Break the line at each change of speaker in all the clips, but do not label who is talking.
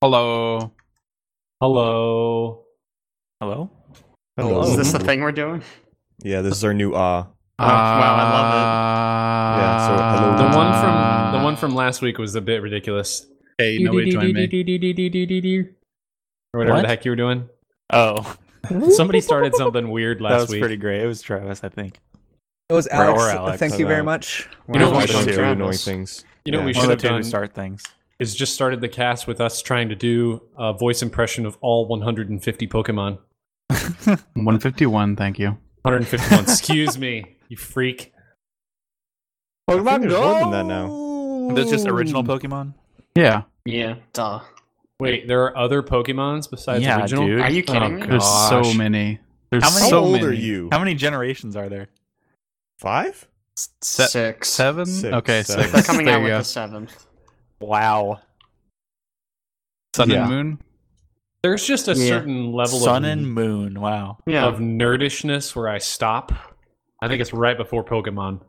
Hello.
Hello.
Hello?
Hello.
Is this the thing we're doing?
Yeah, this is our new uh
Oh, wow, I love it.
Uh,
Yeah, so hello.
The one from
Uh,
the one from last week was a bit ridiculous.
Hey, nobody join me.
Or whatever
What?
the heck you were doing.
Oh,
Somebody started something weird
that was
last week.
pretty great. It was Travis, I think.
It was
Or-
Alex.
or Alex,
Thank you
I
very
don't-
much.
You know
I've
what we
always
should
done two
have
do?
done?
annoying things.
You know what we
Yeah.
should
One of
have
the two
done
to start things.
is just started the cast with us trying to do a voice impression of all 150 Pokemon.
151, thank you.
151. Excuse me, you freak.
I think there's more than that now.
That's just original Pokemon?
Yeah.
Yeah, duh.
Wait, there are other Pokemons besides
yeah,
original.
dude.
Are you
Oh,
kidding me?
There's so
Gosh.
many. There's
How many-
How
so
old
many.
are you?
How many generations are there?
Five?
Se-
Six.
Seven?
Six,
okay,
seven.
six.
They're coming
there
out
you
with
go.
the seventh.
Wow.
Sun
Yeah.
and Moon?
There's just a
Yeah.
certain level
Sun
of,
and Moon. Wow.
Yeah,
of nerdishness where I stop. I think it's right before Pokemon.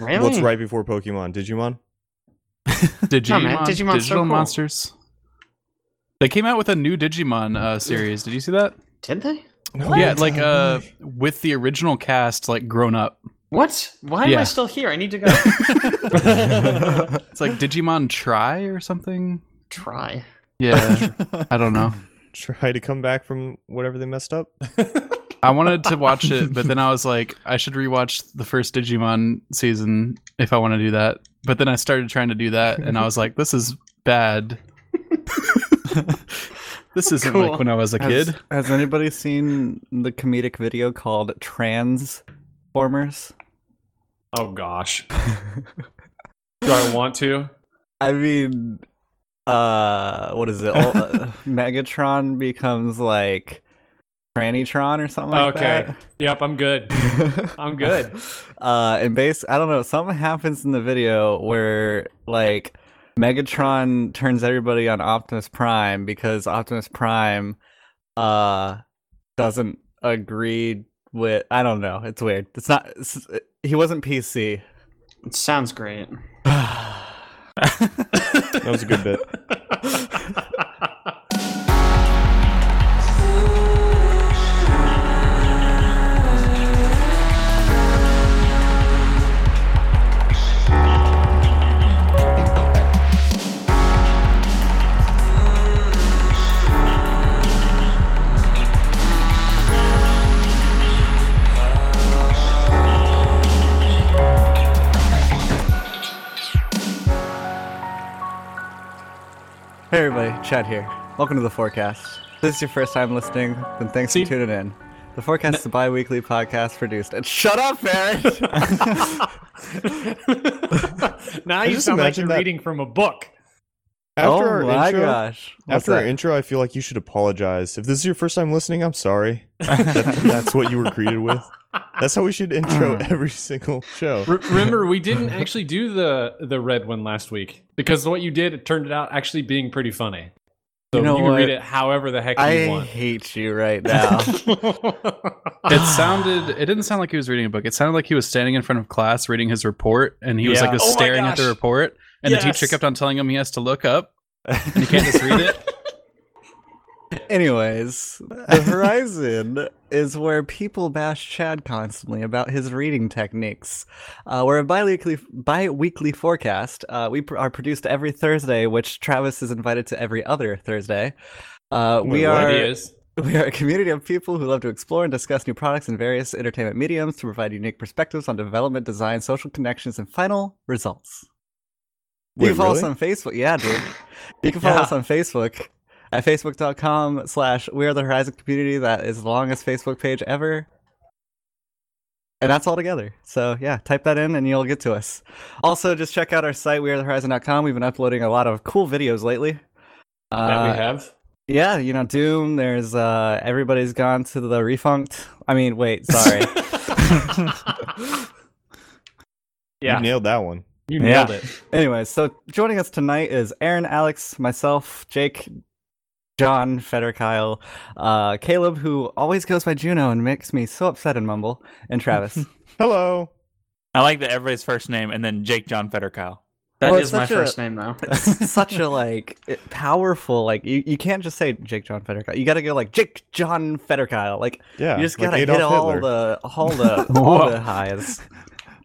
really?
What's right before Pokemon? Digimon?
Digimon?
No, man, Digimon's so
Digital
cool.
Monsters? They came out with a new Digimon uh, series. Did you see that?
Did they?
Yeah, like uh, with the original cast, like grown up.
What? Why am
Yeah.
I still here? I need to go
It's like Digimon Try or something.
try.
Yeah, I don't know.
Try to come back from whatever they messed up.
I wanted to watch it, but then I was like, I should rewatch the first Digimon season if I want to do that. But then I started trying to do that, and I was like, this is bad. this isn't
Cool.
like when I was a kid.
Has, has anybody seen the comedic video called Transformers?
Oh gosh. Do I want to?
I mean, uh, what is it? All, uh, Megatron becomes like Tranitron or something like
okay.
that.
Yep, I'm good. I'm good.
Uh, and base, I don't know, something happens in the video where like Megatron turns everybody on Optimus Prime because Optimus Prime uh doesn't agree with. I don't know. It's weird. It's not. It's, he wasn't PC.
It sounds great.
That was a good bit.
Hey everybody, Chad here. Welcome to the forecast. If this is your first time listening, then thanks
See-
for tuning in. The forecast is a bi-weekly podcast produced and shut up, Eric!
now
I
you
just
sound like
imagine
you're
that-
reading from a book.
After
oh
our
my
intro,
gosh. What's
after our
that?
intro, I feel like you should apologize. If this is your first time listening, I'm sorry. That- that's what you were greeted with. That's how we should intro every single show.
Re- remember, we didn't actually do the the red one last week because what you did it turned out actually being pretty funny. So
You
you,
know
can
what?
read it however the heck you
I
want.
hate you right now.
It sounded. It didn't sound like he was reading a book. It sounded like he was standing in front of class reading his report, and he was like
Yeah.
just
Oh my
staring at the
gosh.
report, and the teacher
Yes.
kept on telling him he has to look up, and he can't just read it.
Anyways, the Horizon is where people bash Chad constantly about his reading techniques. Uh, we're a bi-weekly, bi-weekly forecast. Uh, we pr- are produced every Thursday, which Travis is invited to every other Thursday. Uh, we
Wait, what?
are
Ideas.
we are a community of people who love to explore and discuss new products in various entertainment mediums to provide unique perspectives on development, design, social connections, and final results. you
Wait,
can follow us
really?
on Facebook. Yeah, dude. You can follow
Yeah.
us on Facebook at facebook.com slash we are the horizon community. That is the longest Facebook page ever. And that's all together. So yeah, type that in and you'll get to us. Also, just check out our site, wearethehorizon.com. We've been uploading a lot of cool videos lately.
that we
Uh,
have.
yeah, you know, Doom, there's uh everybody's gone to the refunct. I mean, wait, sorry.
Yeah,
You nailed that one.
you
Yeah.
nailed it.
anyway, so joining us tonight is Aaron, Alex, myself, Jake, John, Feder, Kyle, uh, Caleb, who always goes by Juno and makes me so upset and mumble, and Travis.
Hello.
I like that everybody's first name and then Jake John Federkyle.
That is
Well, it's
my
such a-
first name though.
It's such a like it- powerful like you, you can't just say Jake John Federkyle. You got to go like Jake John Federkyle. Like
Yeah,
you just
like
got to
Adolf
hit all
Hitler.
the all the all
Whoa.
the highs.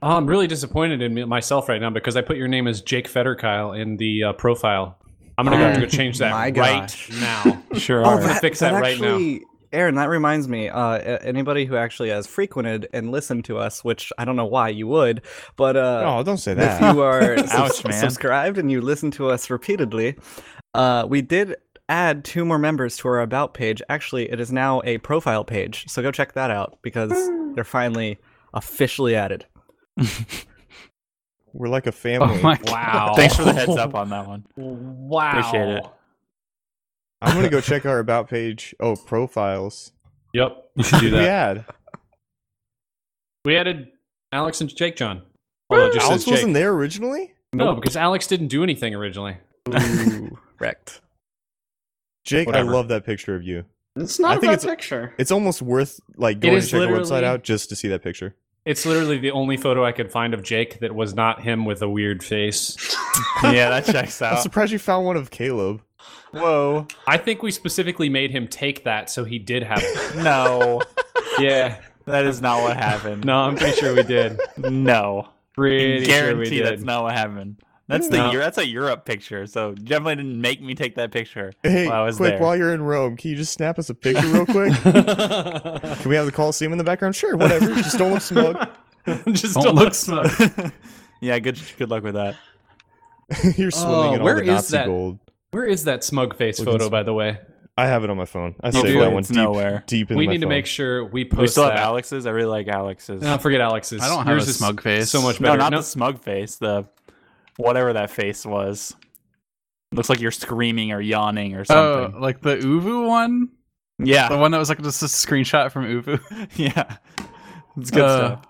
Oh, I'm really disappointed in me- myself right now because I put your name as Jake Federkyle in the uh, profile. I'm gonna have to go change that
My
right
gosh.
now.
Sure.
Oh,
are.
that- fix that right now.
actually, Aaron, that reminds me. Uh, a- anybody who actually has frequented and listened to us, which I don't know why you would, but uh,
oh, don't say
if
that.
you are subs-
Ouch, man.
subscribed and you listen to us repeatedly, uh, we did add two more members to our about page. Actually, it is now a profile page, so go check that out because they're finally officially added.
Oh,
We're like a family.
Oh my
Wow.
Thanks for the heads up on that one.
Wow.
Appreciate it.
I'm gonna go check our about page. Oh, profiles.
Yep. You should do
Did we
that.
add?
We added Alex and Jake John. Although it just
Alex
says Jake.
wasn't there originally.
No, because Alex didn't do anything originally.
Ooh.
Correct.
Jake,
Whatever.
I love that picture of you.
It's
I
not a
think
bad
it's-
picture.
It's almost worth like going to
is
check our website
literally-
out just to see that picture.
It's literally the only photo I could find of Jake that was not him with a weird face.
yeah, that checks
I'm
out.
surprised you found one of Caleb.
Whoa.
I think we specifically made him take that so he did have
No,
Yeah.
that is not what happened.
No, I'm pretty sure we did.
no.
Pretty sure we
Guarantee
did.
that's not what happened. That's the
No.
Eu- that's a Europe picture. So definitely didn't make me take that picture.
Hey,
while I was
quick!
there.
While you're in Rome, can you just snap us a picture real quick? Can we have the Coliseum in the background? Sure, whatever. Just don't look smug.
just
Don't look smug.
yeah, good good luck with that.
You're swimming
Oh,
in all
where
the
is
Nazi
that?
gold.
Where is that smug face
We can
photo,
s-
by the way?
I have it on my phone. I saved
do?
that one
It's
deep,
nowhere.
deep in
We
my
need to
phone.
make sure we post
we still
that.
have Alex's. I really like Alex's.
No, forget Alex's.
I don't have
Yours
a
is
smug face.
So much
no,
better.
not the smug face. The whatever that face was. Looks like you're screaming or yawning or
Oh,
something.
like the Uvu one? The
yeah,
one that was like just a screenshot from Uvu.
yeah. It's good
Uh,
stuff.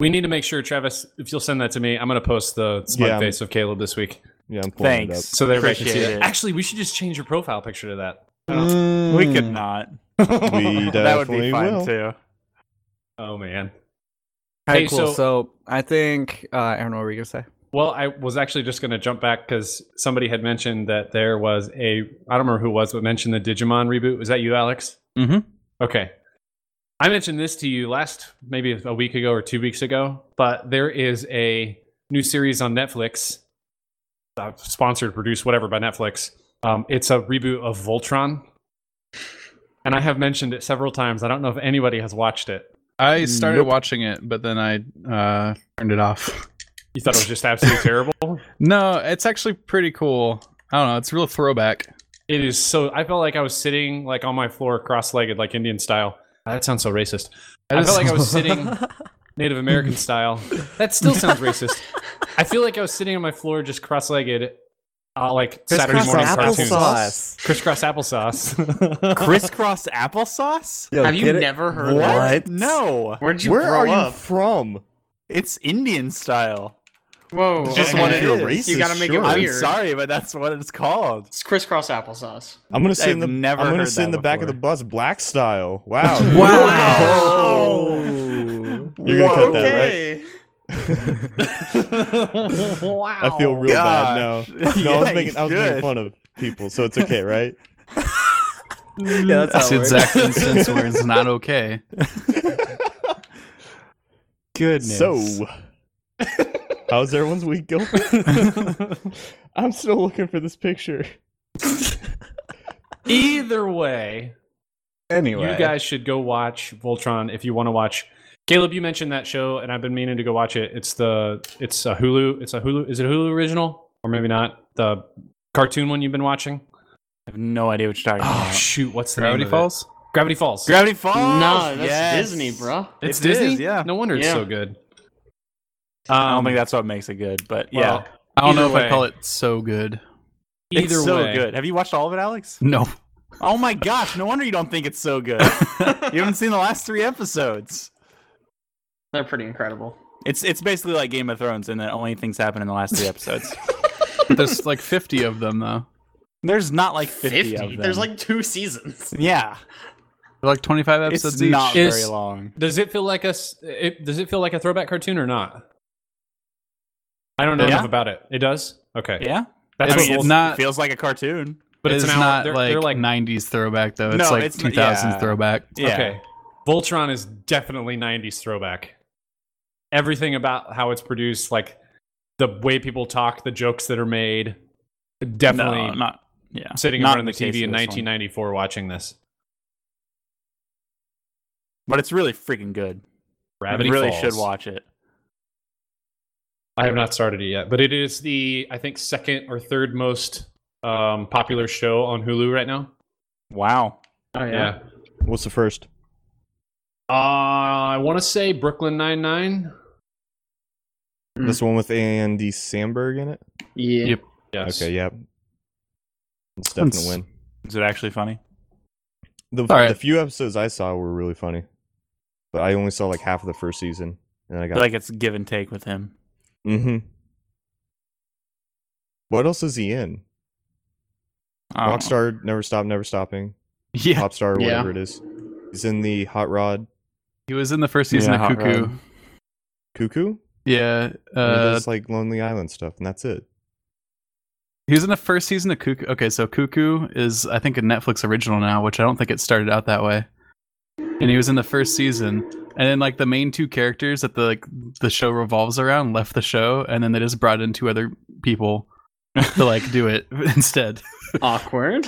we need to make sure, Travis, if you'll send that to me, I'm going to post the smug
Yeah, I'm-
face of Caleb this week
Yeah, I'm pulling
Thanks.
so that everybody can
Appreciate
see it.
it.
Actually, we should just change your profile picture to that. Oh,
We could not.
it up. We
hmm. that would
definitely
be fun
will.
too.
Oh, man.
All right,
Hey,
cool.
so-
So, I think uh, Aaron, what were you gonna say?
Well, I was actually just going to jump back because somebody had mentioned that there was a, I don't remember who it was, but mentioned the Digimon reboot. Was that you, Alex?
Mhm.
Okay. I mentioned this to you last, maybe a week ago or two weeks ago, but there is a new series on Netflix, uh, sponsored, produced, whatever, by Netflix. Um, it's a reboot of Voltron. And I have mentioned it several times. I don't know if anybody has watched it.
I started
Nope.
watching it, but then I uh, turned it off.
You thought it was just absolutely terrible?
No, it's actually pretty cool. I don't know. It's a real throwback.
It is so. I felt like I was sitting like on my floor, cross-legged, like Indian style. That sounds so racist. I,
just-
felt like I was sitting Native American style. That still sounds racist. I feel like I was sitting on my floor, just cross-legged, uh, like Saturday morning
Crisscross applesauce.
cartoons, crisscross applesauce.
Crisscross applesauce?
Yo,
Have you
get it?
never heard of
What?
that?
No,
Where'd you
Where
grow
are you
up?
from?
it's Indian style.
Whoa.
Just
okay.
what it
You're
is.
racist,
You gotta make it
sure.
weird.
I'm sorry, but that's what it's called.
It's crisscross applesauce.
I'm gonna sit in the
I've never
I'm gonna
heard
sit in
that
the back of the
before.
bus, black style. Wow. dude. You're gonna cut that, right?
wow.
I feel real
Gosh.
bad now. No, I was
Yeah,
making I was
you
making
should.
fun of people, so it's okay, right?
Yeah,
That's
that's
the
how it works.
exact instance where it's not okay.
Goodness.
so how's everyone's week going? I'm still looking for this picture.
Either way,
Anyway,
You guys should go watch Voltron if you want to watch. Caleb, you mentioned that show, and I've been meaning to go watch it. It's the it's a Hulu. It's a Hulu. Is it a Hulu original or maybe not? The cartoon one you've been watching.
I have no idea what you're talking
Oh
about.
shoot! What's the
Gravity
name of it?
Falls?
Gravity Falls.
Gravity Falls.
No, that's
Ah, yes.
Disney, bro.
it's
It is,
Disney.
yeah.
No wonder it's
Yeah.
so good.
I don't
Um,
think that's what makes it good, but yeah,
well,
I don't
Either
know if
way.
I call it so good.
Either
it's so
way,
good. Have you watched all of it, Alex?
No.
Oh my gosh! No wonder you don't think it's so good. you haven't seen the last three episodes.
They're pretty incredible.
It's it's basically like Game of Thrones, and that only things happen in the last three episodes.
There's like 50 of them, though.
There's not like 50, of them.
There's like two seasons.
yeah,
They're like 25
it's
episodes each.
not
It's-
very long.
Does it feel like a s- it, does it feel like a throwback cartoon or not? I don't know
Yeah.
enough about it. It does. Okay,
Yeah,
that's
I
what
mean,
we'll-
it's not.
feels like a cartoon.
But it's,
it's
an hour-
not
they're,
like,
they're like
90s throwback though. It's
No,
like
it's not-
2000s
yeah.
throwback.
Yeah.
Okay. Voltron is definitely 90s throwback. Everything about how it's produced, like the way people talk, the jokes that are made, definitely
No, not. Yeah,
sitting in
not
front of the,
case
TV in
of this one.
1994 watching this.
But it's really freaking good.
Gravity
you really
Falls.
should watch it.
I have not started it yet, but it is the I think second or third most um, popular show on Hulu right now.
Wow.
Oh yeah.
What's the first?
Uh, I want to say Brooklyn Nine Nine.
Mm.
This one with Andy Samberg in it.
Yeah.
Yep.
Yes.
Okay, yeah. It's definitely a
That's-
win.
Is it actually funny?
The,
all right.
the few episodes I saw were really funny, but I only saw like half of the first season, and I
I
got
feel like it's give and take with him.
hmm What else is he in?
I don't know.
Rockstar, Never Stop, Never Stopping,
Yeah.
Popstar,
Yeah.
whatever it is. He's in the Hot Rod
He was in the first season
Yeah,
of
Hot
Cuckoo.
Rod.
Cuckoo.
Yeah.
and he
Uh,
does like Lonely Island stuff, and that's it.
he was in the first season of Cuckoo. Okay, so Cuckoo is I think a Netflix original now, which I don't think it started out that way. And he was in the first season, and then like the main two characters that the like, the show revolves around left the show, and then they just brought in two other people to like do it instead.
Awkward.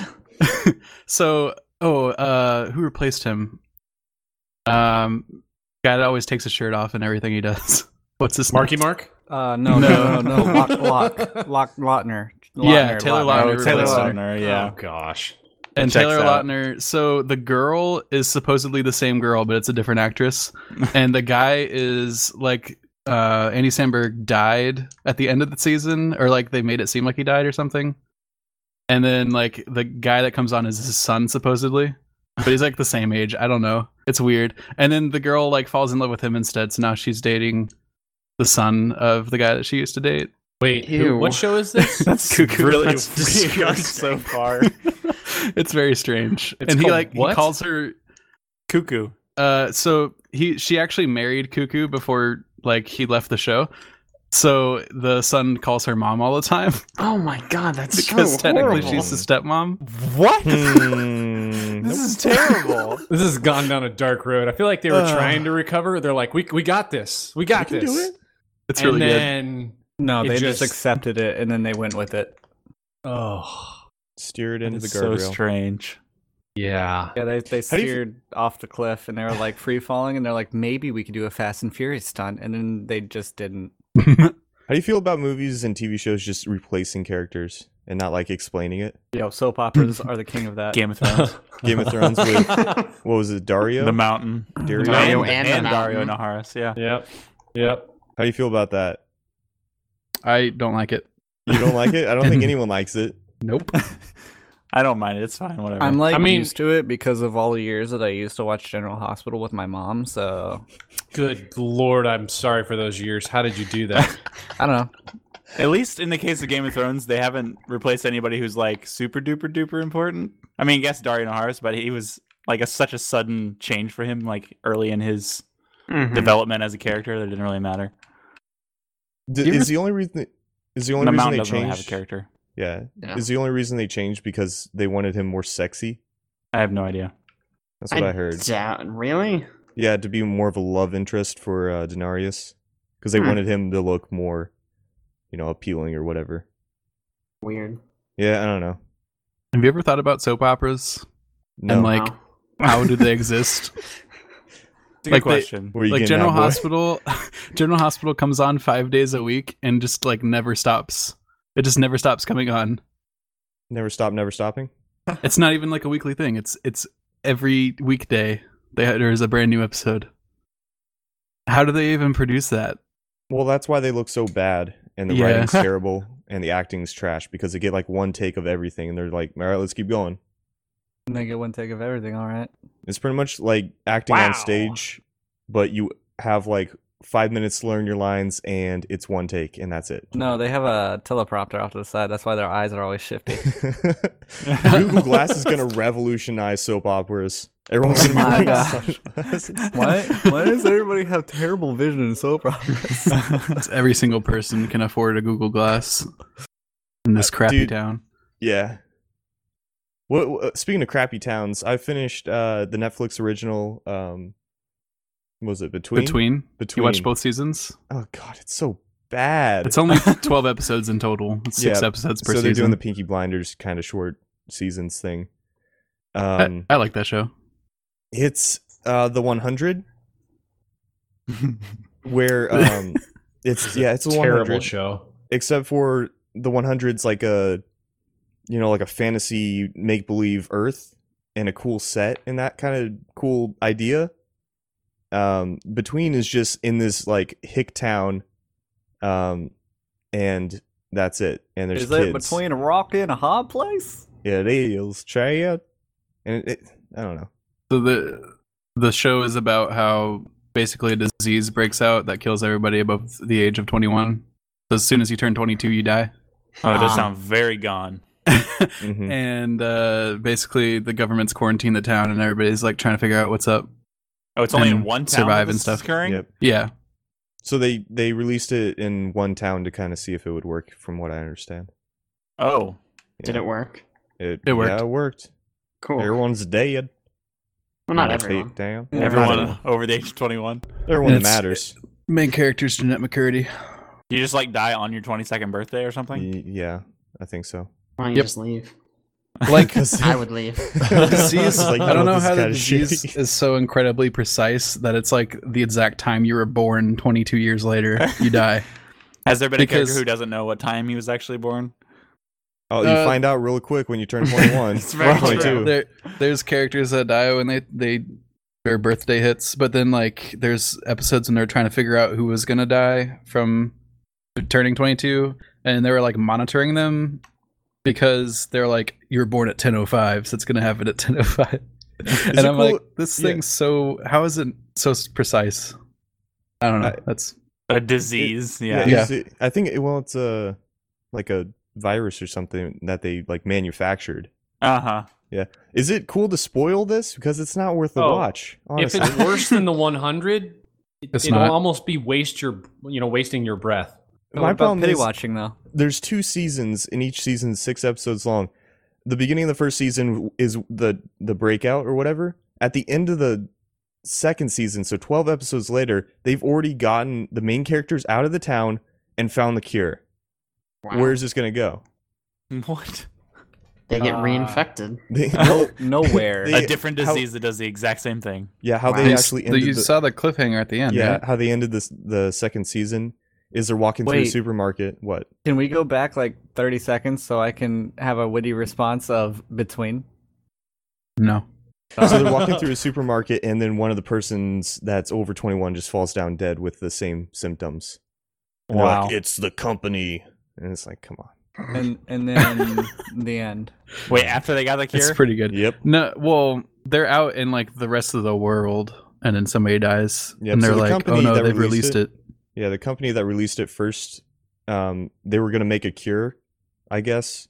so oh uh who replaced him um guy that always takes his shirt off and everything he does what's his
Marky
name?
Mark.
Uh, no,
No.
no, no, no. Lock, lock, lock, Lautner.
Yeah,
Lautner,
Taylor
Lautner.
Lautner
Oh, Taylor
replaced him.
Lautner. Yeah.
Oh gosh.
and
Checks
taylor
out.
lautner so the girl is supposedly the same girl but it's a different actress and the guy is like uh andy samberg died at the end of the season or like they made it seem like he died or something and then like the guy that comes on is his son supposedly but he's like the same age i don't know it's weird and then the girl like falls in love with him instead so now she's dating the son of the guy that she used to date
Wait, who-
Ew.
what show is this?
That's
Cuckoo.
really
That's
weird
disgusting.
so far.
it's very strange
It's
and he
called
like he
what?
calls her
Cuckoo.
Uh, so he she actually married Cuckoo before like he left the show. So the son calls her mom all the time
Oh my god, that's
because
so
technically
horrible.
she's the stepmom.
What?
Hmm.
this is terrible.
This has gone down a dark road. I feel like they were
Ugh.
trying to recover. They're like, we, we got this. We got
We can
this.
do it.
It's
and
really good.
then,
No,
It
they just,
just-
accepted it and then they went with it.
oh,
Steer it into the
It's so
guardrail.
strange.
yeah.
Yeah, they they
How do you fe-
steered off the cliff and they were like free falling and they're like maybe we could do a Fast and Furious stunt and then they just didn't.
How do you feel about movies and TV shows just replacing characters and not like explaining it?
Yo, soap operas are the king of
Uh,
that.
Game of Thrones.
Game of Thrones with what was it, Dario?
the Mountain.
Dario.
Dario
How
and the
Dario
Mountain.
Naharis. Yeah.
Yep. Yep.
do you feel about that?
I don't like it.
You don't like it? I don't think anyone likes it.
Nope.
I don't mind it. It's fine. Whatever.
I'm like
I mean-
used to it because of all the years that I used to watch General Hospital with my mom. So
Good Lord. I'm sorry for those years. How did you do that?
I don't know.
At least in the case of Game of Thrones, they haven't replaced anybody who's like super duper duper important. I mean, I guess Dario Naharis, but he was like a, such a sudden change for him, like early in his
Hmm.
Mhm.
development as a character, that it didn't really matter.
D-
You ever-
is the only reason is the only
the
reason
Mountain
they
doesn't really have a
changed?
character.
yeah.
Yeah.
is the only reason they changed because they wanted him more sexy.
I have no idea.
That's what I, heard.
doubt- really?
Yeah, to be more of a love interest for uh, Denarius because they
Hmm.
wanted him to look more, you know, appealing or whatever.
Weird.
Yeah, I don't know.
Have you ever thought about soap operas
No,
and like
Oh, Wow.
how do they exist?
It's a good
Like, they-
question.
where you
like
getting
General
at, boy?
Hospital, General Hospital comes on five days a week and just like never stops. It just never stops coming on.
Never stop, never stopping.
It's not even like a weekly thing. It's it's every weekday they, there is a brand new episode. How do they even produce that?
Well, that's why they look so bad, and the
Yeah.
writing's terrible, and the acting's trash because they get like one take of everything, and they're like, "All right, let's keep going."
And they get one take of everything. All right.
It's pretty much like acting
Wow.
on stage, but you have like five minutes to learn your lines, and it's one take, and that's it.
No, they have a teleprompter off to the side. That's why their eyes are always shifty.
Google Glass is going to revolutionize soap operas. Everyone's
Oh
going to be
my
wearing
gosh.
sunglasses.
why? Why does everybody have terrible vision in soap operas?
That's every single person can afford a Google Glass in this crappy
dude.
town.
Yeah. What, what- speaking of crappy towns, I finished uh, the Netflix original. Um, what was it between
Between, you
between?
watched both seasons.
Oh god, it's so bad.
It's only twelve episodes in total. It's six
Yeah,
episodes
so
per
they're
season.
doing the Pinky Blinders kind of short seasons thing.
I-
Um,
I, like that show.
it's uh, the 100 where um, it's yeah, it's a
terrible
100.
show.
except for the 100's like a you know like a fantasy make believe earth and a cool set and that kind of cool idea um between is just in this like hick town um and that's it and there's
Is
kids
it between a rock and a hard place?
yeah they is try out and it, it, i don't know
So the the show is about how basically a disease breaks out that kills everybody above the age of twenty one. So as soon as you turn twenty two, you die.
Oh, it does
Ah.
sound very gone.
Mhm.
and uh, basically the government's quarantined the town, and everybody's like trying to figure out what's up.
Oh, it's only in
And
one town.
survive
that
and
this is
stuff.
Occurring?
yep
Yeah,
so they they released it in one town to kind of see if it would work from what i understand
Oh,
Did it work?
it,
It worked.
yeah, it worked
Cool.
everyone's dead
well, not
Not
everyone.
taped down.
Yeah.
everyone
Not
over the age of 21.
everyone that
It's-
matters.
main character's Jeanette McCurdy.
You just like die on your 22nd birthday or something?
Y- yeah, I think so.
Why don't you
Yep.
just leave?
Like
I would leave.
the disease,
Like,
I don't know
this
how
is
the
kinda
disease
shitty.
is so incredibly precise that it's like the exact time you were born 22 years later, you die.
Has there been a character
Because-
who doesn't know what time he was actually born?
Oh, you
Uh,
find out real quick when you turn 21.
It's very
Probably
true.
too.
there, there's characters that die when they, they their birthday hits, but then like there's episodes when they're trying to figure out who was gonna die from turning 22, and they were like monitoring them because they're like you were born at 10:05, so it's gonna happen at 10:05, and
it
I'm
cool-
like this
yeah.
thing's so how is it so s- precise? I don't know.
I-
That's
A disease. yeah.
Yeah.
is it- I think it, well, it's a like a virus or something that they like manufactured.
Uh huh.
Is it cool to spoil this because it's not worth the
Oh,
watch? Honestly,
If it's worse than the 100, it,
It's
it'll
not.
almost be waste your you know wasting your breath.
what
my
about
problem
pity
is
watching though?
there's two seasons, and each season is six episodes long. The beginning of the first season is the the breakout or whatever. At the end of the second season, so twelve episodes later, they've already gotten the main characters out of the town and found the cure.
Wow.
Where is this gonna go?
What?
they get
Ah.
reinfected?
They-
No, nowhere.
They-
a different
how-
disease that does the exact same thing.
yeah, how
They
they
s-
actually
they- you
ended. The,
saw the cliffhanger at the end.
yeah,
right?
how they ended this the second season is they're walking through a
Wait.
supermarket. What?
Can we go back like 30 seconds so I can have a witty response of between?
No.
Uh,
So they're walking through a supermarket, and then one of the persons that's over twenty one just falls down dead with the same symptoms. And they're like,
Wow.
it's the company. And it's like, come on.
And and then the end.
Wait, after they got the cure?
It's pretty good.
Yep.
No, well, they're out in like the rest of the world, and then somebody dies,
Yep,
and
so
they're
the
like, "Oh
company
no,
that
they've
released
released it."
Yeah, the company that released it first, um, they were gonna make a cure, I guess,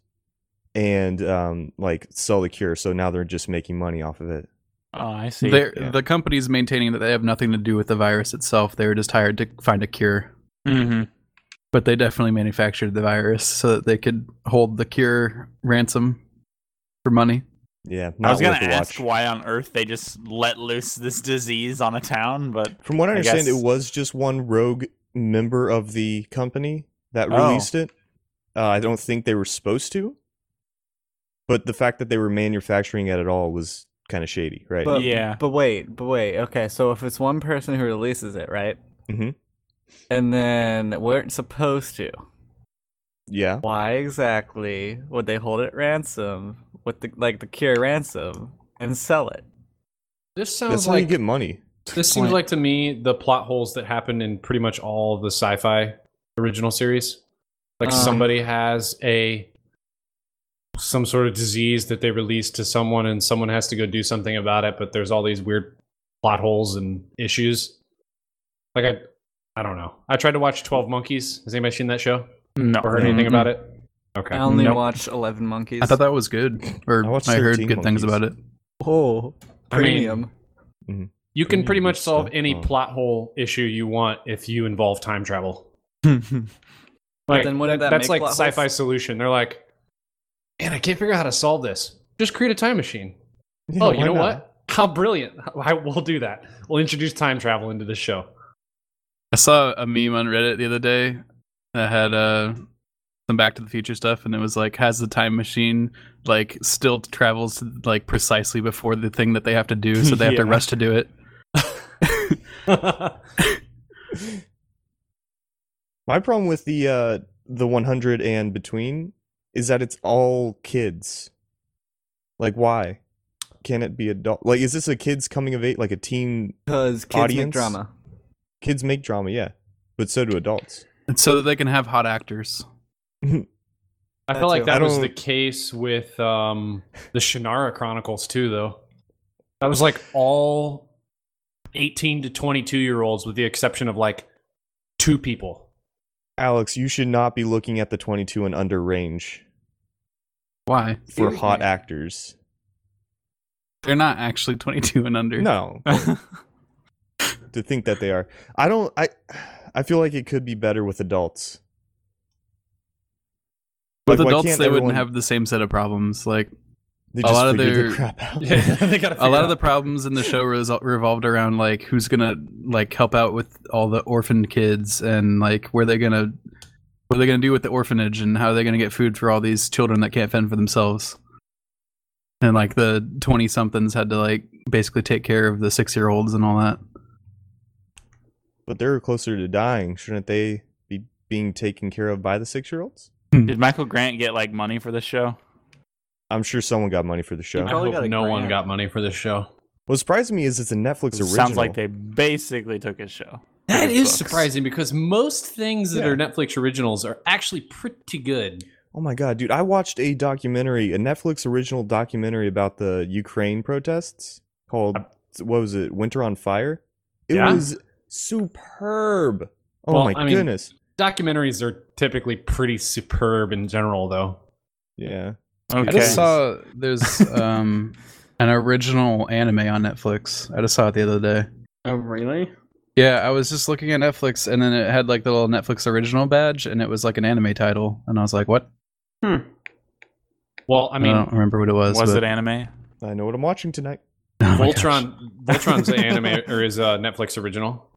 and um, like sell the cure. So now they're just making money off of it.
oh, I see.
They're
yeah.
The company's maintaining that they have nothing to do with the virus itself. They were just hired to find a cure,
hmm
but they definitely manufactured the virus so that they could hold the cure ransom for money.
Yeah,
I was gonna
not worth the
ask
watch.
why on earth they just let loose this disease on a town, but
From what I
I
understand,
guess-
it was just one rogue member of the company that
Oh.
released it. Uh, I don't think they were supposed to, but the fact that they were manufacturing it at all was kind of shady, right?
Uh,
But,
Yeah.
But wait, but wait. Okay, so if it's one person who releases it, right?
Mhm.
And then weren't supposed to.
yeah.
Why exactly would they hold it ransom with the like the cure ransom and sell it?
This
That's
sounds
how you
like
get money.
this seems like to me the plot holes that happen in pretty much all of the sci-fi original series. Like
Um,
somebody has a some sort of disease that they release to someone, and someone has to go do something about it. But there's all these weird plot holes and issues. Like I, I don't know. I tried to watch Twelve Monkeys. Has anybody seen that show
No,
or heard anything
Mm-mm.
about it? Okay.
I only
Nope.
watched Eleven Monkeys.
I thought that was good, or
I
I,
watched
heard
13
good things
Monkeys.
about it.
oh
I mean-
premium.
You can pretty much solve any
Oh.
plot hole issue you want if you involve time travel. Like,
then wouldn't that
that's like
make plot
sci-fi
holes?
solution. They're like, man, I can't figure out how to solve this. Just create a time machine. oh, you know what? How brilliant! I will do that. We'll introduce time travel into this show.
I saw a meme on Reddit the other day that had uh, some Back to the Future stuff, and it was like, "Has the time machine like still travels like precisely before the thing that they have to do, so they have to
Yeah.
rush to do it?"
My problem with the uh the 100 and between is that it's all kids. Like why? Can it be adult? Like is this a kids coming of age like a teen
Because kids make
Audience?
drama.
kids make drama, yeah. But so do adults.
And so that they can have hot actors.
I
That
feel like
too.
that
I
was
don't-
the case with um, the Shannara Chronicles too, though. That was like all eighteen to twenty-two year olds, with the exception of like two people.
Alex, you should not be looking at the 22 and under range
Why?
for hot actors.
They're not actually 22 and under.
No. to think that they are. I don't I I feel like it could be better with adults.
With
Like, why
adults,
can't
they
everyone-
wouldn't have the same set of problems. Like
they
a
just
lot of
figure
their-
the crap out.
they gotta
a lot of
figure
the
it
problems in the show resol- revolved around like who's gonna like help out with all the orphaned kids and like where they're gonna what are they gonna do with the orphanage and how are they gonna get food for all these children that can't fend for themselves and like the 20 somethings had to like basically take care of the six year olds and all that
But they're closer to dying. Shouldn't they be being taken care of by the six year olds?
Did Michael Grant get like money for this show?
I'm sure someone got money for the show.
out. I
Probably got
hope
a
no one
grant.
got money for this show.
What surprised me is it's a Netflix original.
Sounds like they basically took his show.
That
His
is
books.
surprising because most things that
Yeah.
are Netflix originals are actually pretty good.
Oh my god, dude! I watched a documentary, a Netflix original documentary about the Ukraine protests called what was it? Winter on Fire. It
Yeah.
was superb. Oh
Well,
my
I mean-
goodness.
Documentaries are typically pretty superb in general, though.
Yeah.
i
Okay.
just saw there's um an original anime on netflix i just saw it the other day
Oh, really?
Yeah, I was just looking at Netflix, and then it had like the little Netflix original badge, and it was like an anime title, and I was like, "What?"
Well, I
I
mean,
don't remember what it was.
was
but-
it anime?
I know what I'm watching tonight.
Oh my gosh.
Voltron Voltron's an anime or is a Netflix original.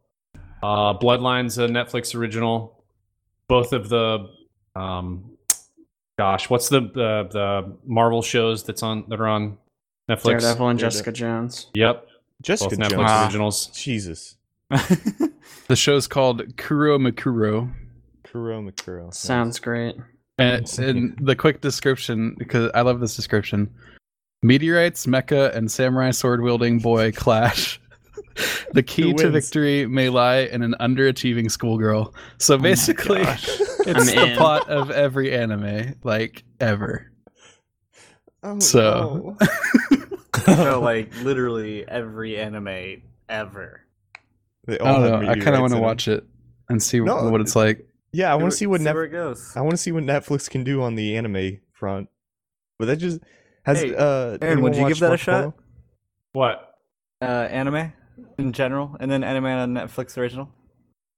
Uh, Bloodline's a Netflix original. Both of the um, gosh, what's the the the Marvel shows that's on that are on Netflix?
Daredevil
Daredevil.
and Jessica Jones.
Yep, both
Jessica
Netflix
Jones.
Ah.
originals.
Jesus.
The show's called Kuro Makuro,
Kuro Makuro.
Sounds great.
and it's in the quick description because I love this description: meteorites, mecha, and samurai sword wielding boy clash. the key
Who
to
wins?
victory may lie in an underachieving schoolgirl. So
Oh
basically, it's
I'm
the
in.
plot of every anime, like ever.
Oh,
So-
no.
so like literally every anime ever.
They all
I don't know. I
have
kind
meteorites
of want
in
to
'em.
watch it and see
No,
what it's like.
Yeah, I want to see what
never
Netflix.
it goes.
I want to see what Netflix can do on the anime front. But that just has.
Hey,
uh,
Aaron,
anyone
would you
watched
give that a
Marco
shot?
Polo?
What,
Uh, anime in general, and then anime on Netflix original.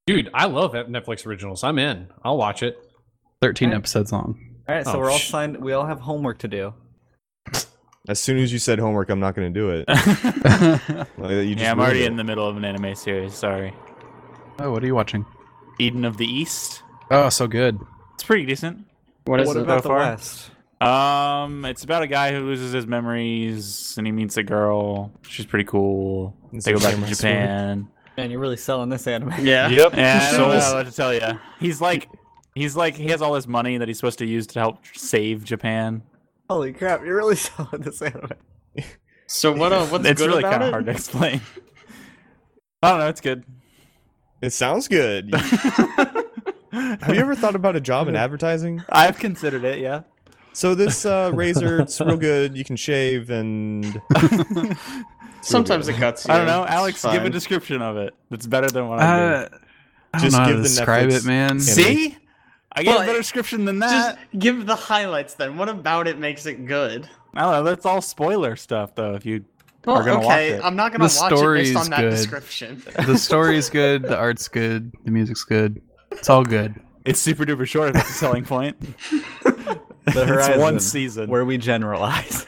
dude? I love Netflix originals. I'm in. I'll watch it.
13
Alright.
episodes long.
All right, so
Oh,
we're all
sh-
signed. We all have homework to do.
As soon as you said homework, I'm not going to do it.
oh,
Like, you just
yeah, I'm already in
ruined
the middle of an anime series. Sorry,
what are you watching?
Eden of the East.
Oh, so good.
It's pretty decent.
What is
what
it?
about
so
the
far?
West?
Um, it's about a guy who loses his memories and he meets a girl. She's pretty cool.
It's
they
a
go back to
samurai sword.
Japan.
Man, you're really selling this anime.
Yeah.
Yep. Yeah, I don't
Souls.
know what to tell you. He's like, he's like, he has all this money that he's supposed to use to help save Japan.
Holy crap, you're really selling this anime.
So what? Uh, what's
it's
good
really
about
kinda
it?
hard to explain. I don't know. It's good.
It sounds good. Have you ever thought about a job in advertising?
I've considered it. Yeah.
So this uh, razor, it's real good. You can shave and
Sometimes it cuts. You.
I don't know. Alex,
It's
give a
fine.
description of it. That's better than what I did.
Uh, I don't
Just
know how
give
to
the
describe
Netflix
it, man.
See, I gave
Well,
a better description than that.
Just give the highlights then. What about it makes it good?
I don't know. That's all spoiler stuff, though. If you are
Well,
gonna
okay,
watch it,
I'm not gonna
The
watch it based
story's
on that
good.
description.
the story's good, the art's good, the music's good. It's all good.
it's super duper short. if That's a selling point.
The horizon,
it's one season.
where we generalize.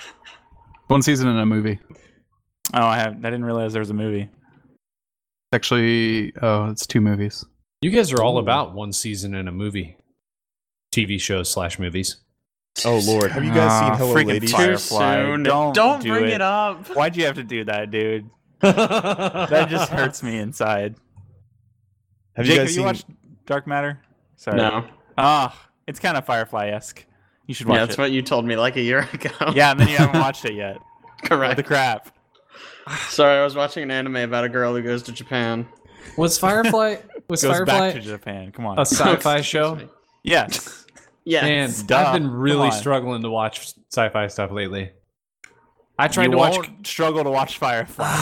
One season in a movie.
Oh, I have. I didn't realize there was a movie.
It's actually, oh, it's two movies.
You guys are all about one season in a movie, TV shows slash movies.
Oh lord, have you guys seen
Ah,
Hello
freaking
Ladies?
fire.
Too
Firefly,
soon.
don't
Don't,
do
bring
it. Uh,
it, up.
Why'd you have to do that, dude?
that
That just hurts me inside.
Have
Jake,
you guys
have you
seen?
watched Dark Matter? Sorry.
No.
Ah, it's kind of Firefly esque. You should watch
Yeah, that's
it.
what you told me like a year ago.
yeah, and then you haven't watched it yet. What
correct.
the crap.
Sorry, I was watching an anime about a girl who goes to Japan.
Was Firefly was
Goes
Firefly
back to Japan. Come on.
a sci-fi show?
Excuse me.
yes.
Yes.
Man,
Duh.
I've been
Come
really
on.
struggling to watch sci-fi stuff lately. I tried
You
to watch.
won't struggle to watch Firefly.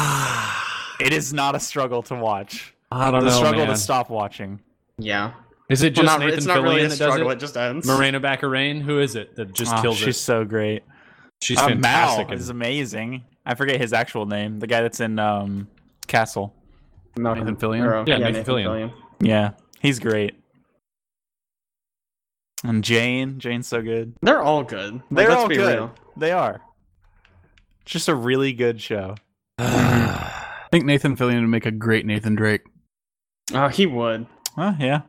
it is not a struggle to watch.
I don't
the
know,
struggle
man.
to stop watching.
Yeah.
Is it
Well,
just
not,
Nathan
it's not really
Fillion
a
that does
struggle. It?
it?
just ends.
Morena Baccarin, who is it that just
Ah,
kills
she's
it?
so great.
She's
Uh,
fantastic.
Mal
in-
is amazing. I forget his actual name. The guy that's in um, Castle.
Malcolm-
Nathan Fillion?
or, uh,
Yeah, Nathan Fillion.
Yeah, he's great. And Jane, Jane's so good.
They're all good. Like,
They're
let's
all
be
good.
real.
They are. It's just a really good show.
I think Nathan Fillion would make a great Nathan Drake.
Oh, he would.
Oh yeah.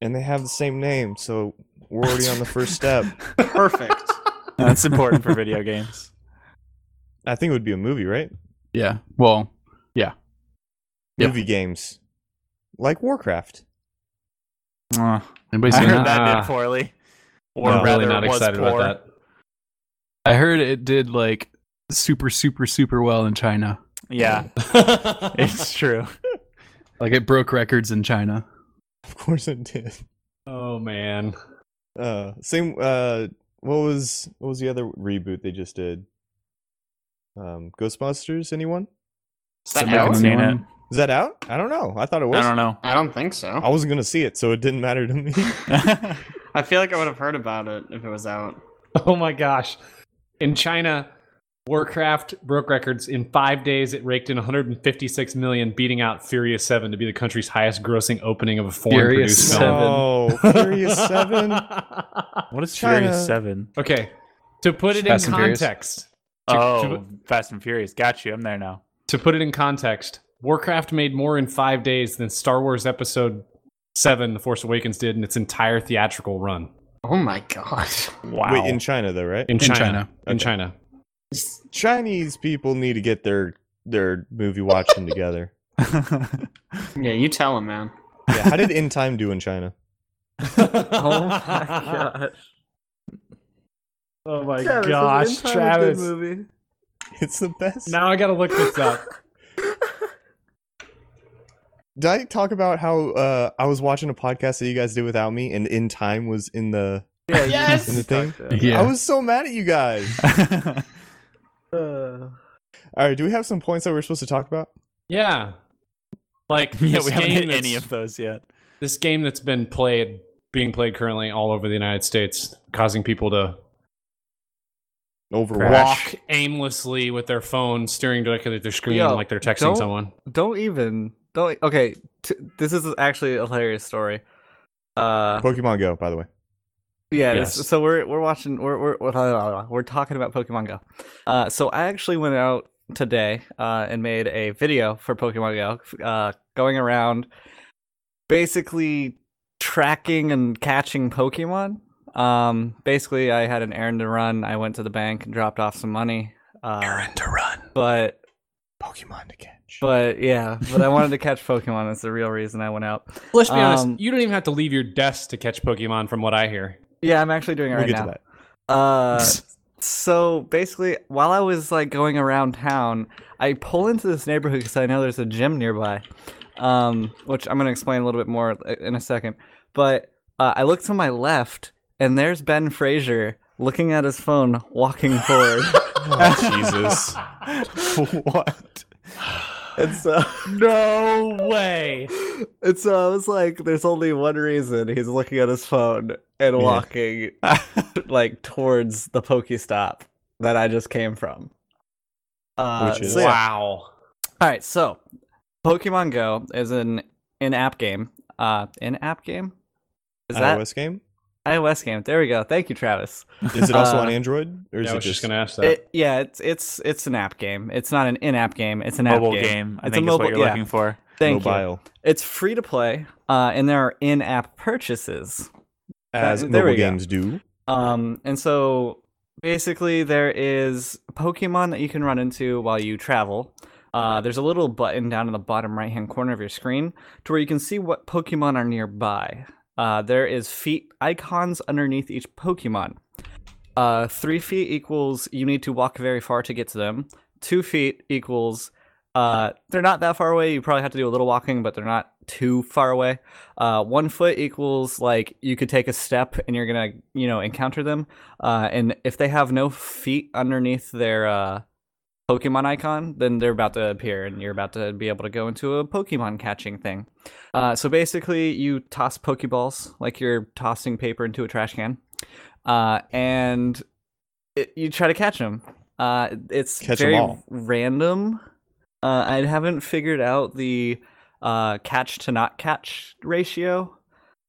And they have the same name, so we're already on the first step.
Perfect.
That's important for video games.
I think it would be a movie, right?
Yeah. Well, Yeah.
Movie games, like Warcraft.
Uh,
anybody
I
seen
heard
that?
that
Ah.
did poorly. Or
I'm
rather,
really not
was
excited
poor.
about that.
I heard it did like super, super, super well in China.
Yeah, it's true.
Like it broke records in China.
Of course it did.
oh man,
Uh, same. Uh, what was what was the other reboot they just did? Um, Ghostbusters. Anyone?
Is that
Somebody
out?
can seen
Anyone?
Is that out? I don't know. I thought
I
it was.
don't know.
I don't think so.
I wasn't gonna see it, so it didn't matter to me.
I feel like I would have heard about it if it was out.
oh my gosh! In China, Warcraft broke records in five days. It raked in 156 million, beating out Furious Seven to be the country's highest-grossing opening of a
Furious
foreign-produced
Seven.
film.
Oh, Furious Seven.
what is
China.
Furious Seven?
okay, to put it
Fast
in
and Furious.
context, To-
Oh, Fast and Furious. Got you. I'm there now.
to put it in context, Warcraft made more in five days than Star Wars Episode Seven: The Force Awakens did in its entire theatrical run
Oh my god.
Wow.
Wait, in China though, right?
in China. In China.
China.
Okay. Chinese people need to get their their movie watching together.
Yeah, you tell him, man.
Yeah, how did In Time do in China?
oh Oh my gosh, Travis!
movie.
It's the best.
Now I gotta look this up.
Did I talk about how uh, I was watching a podcast that you guys did without me, and In Time was in the
Yeah, you
Yes!
in the thing?
talked about
Yeah.
I was so mad at you guys.
it. Uh,
All right, do we have some points that we're supposed to talk about?
Yeah, like
yeah,
this
we haven't
game
hit
that's-
any of those yet.
this game that's been played, being played currently all over the United States, causing people to
Overwatch.
walk aimlessly with their phone, staring directly at their screen
Yo,
like they're texting
don't-
someone.
don't even. Don't. Okay. T- this is actually a hilarious story. Uh,
Pokemon Go, by the way.
Yeah,
Yes.
this- so we're we're watching we're we're we're, blah, blah, blah, we're talking about Pokemon Go. Uh, so I actually went out today uh, and made a video for Pokemon Go, uh, going around basically tracking and catching Pokemon. Um, basically, I had an errand to run. I went to the bank and dropped off some money. Uh, errand to run, but
Pokemon to catch.
but yeah, but I wanted to catch Pokemon. That's the real reason I went out.
Let's be honest,
Um,
you don't even have to leave your desk to catch Pokemon, from what I hear.
Yeah, I'm actually doing it
we'll
right
get
now.
to that.
Uh, so basically, while I was like going around town, I pull into this neighborhood because I know there's a gym nearby, um, which I'm gonna explain a little bit more i- in a second. But uh, I look to my left, and there's Ben Fraser looking at his phone, walking forward.
Oh, Jesus.
what?
And so
No way.
and so I was like, there's only one reason he's looking at his phone and
Yeah.
walking like towards the Pokestop that I just came from. Uh,
Which is-
so yeah.
Wow.
All right, so Pokemon Go is an in-app game. Uh, in-app game? Is that
iOS game?
iOS game? There we go. Thank you, Travis.
Is it also
Uh,
on Android? Or is
Yeah, I
it
was just
just
gonna ask that.
It, yeah, it's it's it's an app game. It's not an in-app game. It's an app
mobile game.
game.
I
It's a
think is
mobile-
what you're
yeah.
looking for.
Thank you.
mobile?
It's free to play, uh, and there are in-app purchases.
As
That- there
mobile
we go.
games do.
Um, and so basically, there is Pokemon that you can run into while you travel. Uh, there's a little button down in the bottom right hand corner of your screen to where you can see what Pokemon are nearby. Uh, there is feet icons underneath each Pokemon. Uh, three feet equals you need to walk very far to get to them. Two feet equals uh, they're not that far away. You probably have to do a little walking, but they're not too far away. Uh, one foot equals like you could take a step and you're gonna you know encounter them. Uh, and if they have no feet underneath their uh, Pokemon icon, then they're about to appear and you're about to be able to go into a Pokemon catching thing. Uh, so basically, you toss Pokeballs like you're tossing paper into a trash can, uh, and it, you try to catch them. Uh, it's
Catch 'em
very
all.
random. Uh, I haven't figured out the uh, catch to not catch ratio.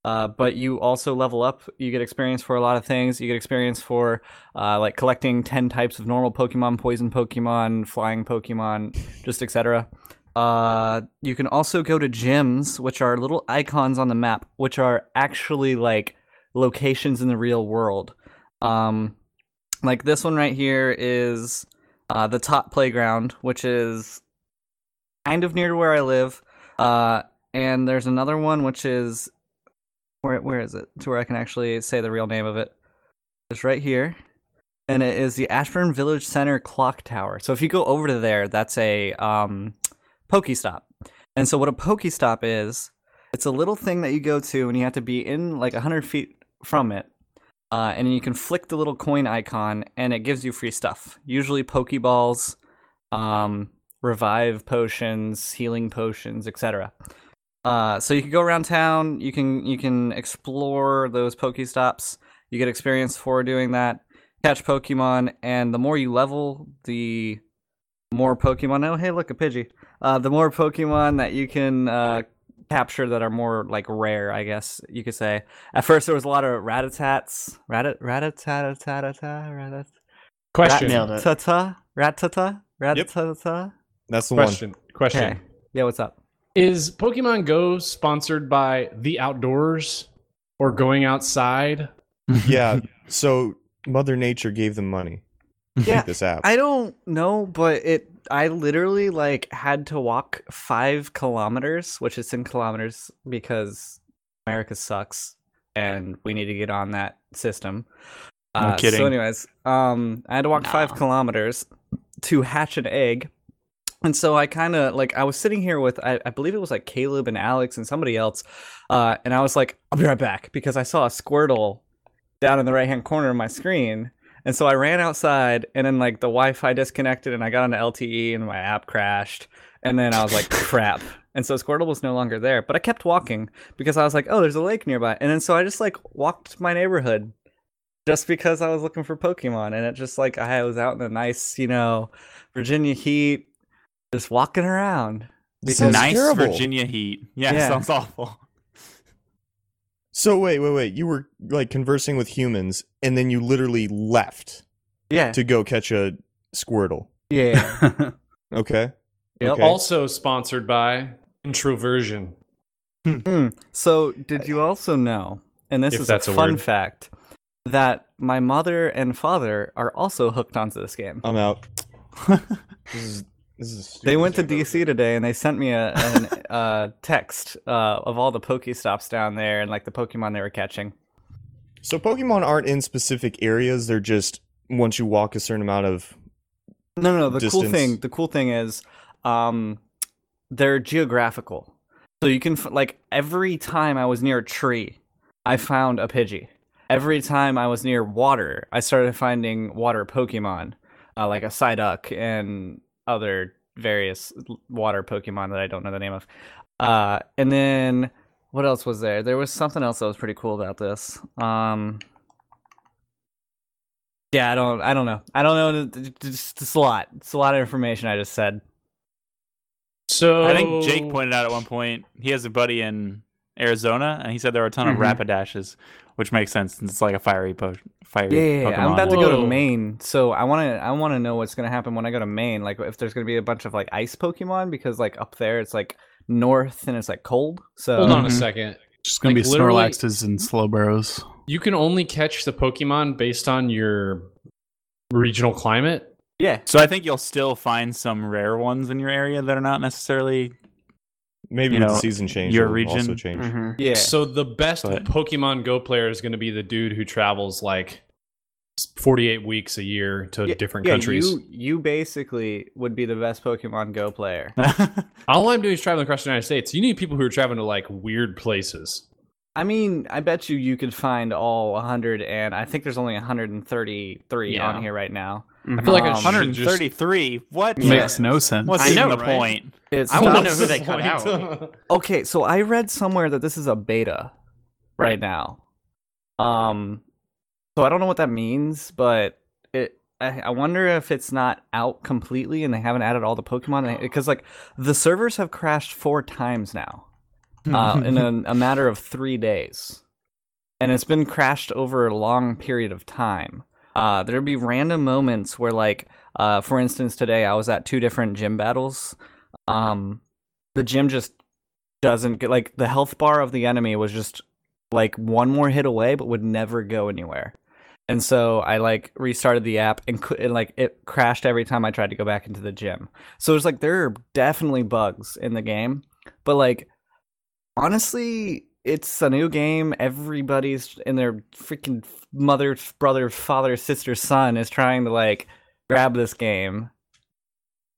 Uh, but you also level up. You get experience for a lot of things. You get experience for uh, like collecting 10 types of normal Pokemon, poison Pokemon, flying Pokemon, just etc. Uh, you can also go to gyms, which are little icons on the map, which are actually like locations in the real world. Um, like this one right here is uh, the top playground, which is kind of near to where I live. Uh, and there's another one which is where where is it to where I can actually say the real name of it. It's right here, and it is the Ashburn Village Center Clock Tower. So if you go over to there, that's a um, Pokestop. And so what a Pokestop is, it's a little thing that you go to, and you have to be in like hundred feet from it. Uh, and you can flick the little coin icon, and it gives you free stuff. Usually Pokeballs, um, revive potions, healing potions, etc. Uh, so you can go around town. You can you can explore those Pokestops. You get experience for doing that. Catch Pokemon, and the more you level, the more Pokemon. Oh, hey, look a Pidgey. Uh, the more Pokemon that you can uh, capture that are more like rare, I guess you could say. At first, there was a lot of Ratatats, Ratat, Ratatata, Ratat,
Question.
Nailed it.
Ratatata, Ratatata, Ratatata.
That's the
Question. Question.
Okay. Yeah, what's up?
Is Pokemon Go sponsored by the outdoors or going outside?
one. Yeah. So Mother Nature gave them money to
Yeah,
make this app.
I don't know, but it I literally like had to walk five kilometers, which is ten kilometers, because America sucks and we need to get on that system.
No
uh,
kidding.
So, anyways, um, I had to walk five kilometers to hatch an egg. And so I kind of like I was sitting here with I, I believe it was like Caleb and Alex and somebody else, uh, and I was like I'll be right back because I saw a Squirtle down in the right hand corner of my screen, and so I ran outside, and then like the Wi-Fi disconnected, and I got onto LTE, E, and my app crashed, and then I was like crap, and so Squirtle was no longer there, but I kept walking because I was like oh there's a lake nearby, and then so I just like walked my neighborhood just because I was looking for Pokemon, and it just like I was out in the nice, you know, Virginia heat, just walking around.
This sounds
Nice
terrible.
Virginia heat. Yeah,
Yeah.
sounds awful.
So wait, wait, wait. You were like conversing with humans, and then you literally left
Yeah,
to go catch a Squirtle.
yeah.
Okay.
Yep.
Okay.
Also sponsored by Introversion.
Mm. So, did you also know? And this
If
is
that's
a
a
fun
word.
fact that my mother and father are also hooked onto this game.
I'm out. this is this is. Stupid.
They went to DC today and they sent me a an, uh, text uh, of all the Pokestops down there and like the Pokemon they were catching.
So Pokemon aren't in specific areas. They're just once you walk a certain amount of.
No, no. The cool
distance.
thing, the cool thing is, um, they're geographical. So you can f- like every time I was near a tree, I found a Pidgey. Every time I was near water, I started finding water Pokemon, uh, like a Psyduck and other various l- water Pokemon that I don't know the name of. Uh, and then what else was there? There was something else that was pretty cool about this. Um, yeah, I don't, I don't know, I don't know. Just, just a lot, it's a lot of information I just said.
So
I think Jake pointed out at one point he has a buddy in Arizona, and he said there were a ton
Mhm.
of Rapidashes, which makes sense since it's like a fiery po- fiery
Yeah, yeah, yeah. I'm
Pokemon.
about to go
Whoa.
to Maine, so I want to I want to know what's gonna happen when I go to Maine. Like, if there's gonna be a bunch of like ice Pokemon because like up there it's like north and it's like cold. So
Hold on a
Mhm.
second.
Just gonna
Like,
be
literally-
Snorlaxes and Slowbros.
You can only catch the Pokemon based on your regional climate.
yeah,
So I think you'll still find some rare ones in your area that are not necessarily
Maybe
You
with
know,
the season change,
your
it'll also
region-
change.
Mhm.
yeah.
So the best
Go ahead.
Pokemon Go player is going to be the dude who travels like 48 weeks a year to
Yeah,
different
yeah,
countries.
You you basically would be the best Pokemon Go player.
All I'm doing is traveling across the United States. You need people who are traveling to like weird places.
I mean, I bet you you could find all 100 and I think there's only 133
Yeah.
on here right now.
Mhm.
I feel like I
Um,
should just
133. What?
Yeah.
Makes no sense.
What's
I
even
know,
the
right?
point?
It's
I wanna
not-
know who they cut out.
Okay, so I read somewhere that this is a beta right, now. Um so I don't know what that means, but it I, I wonder if it's not out completely and they haven't added all the Pokemon because like the servers have crashed four times now. uh, in a, a matter of three days. And it's been crashed over a long period of time. Uh, there'd be random moments where, like, uh, for instance, today I was at two different gym battles. Um, the gym just doesn't get, like, the health bar of the enemy was just, like, one more hit away, but would never go anywhere. And so I, like, restarted the app and, cou- and like, it crashed every time I tried to go back into the gym. So it's like, there are definitely bugs in the game, but, like, honestly it's a new game everybody's and their freaking mother brother father sister son is trying to like grab this game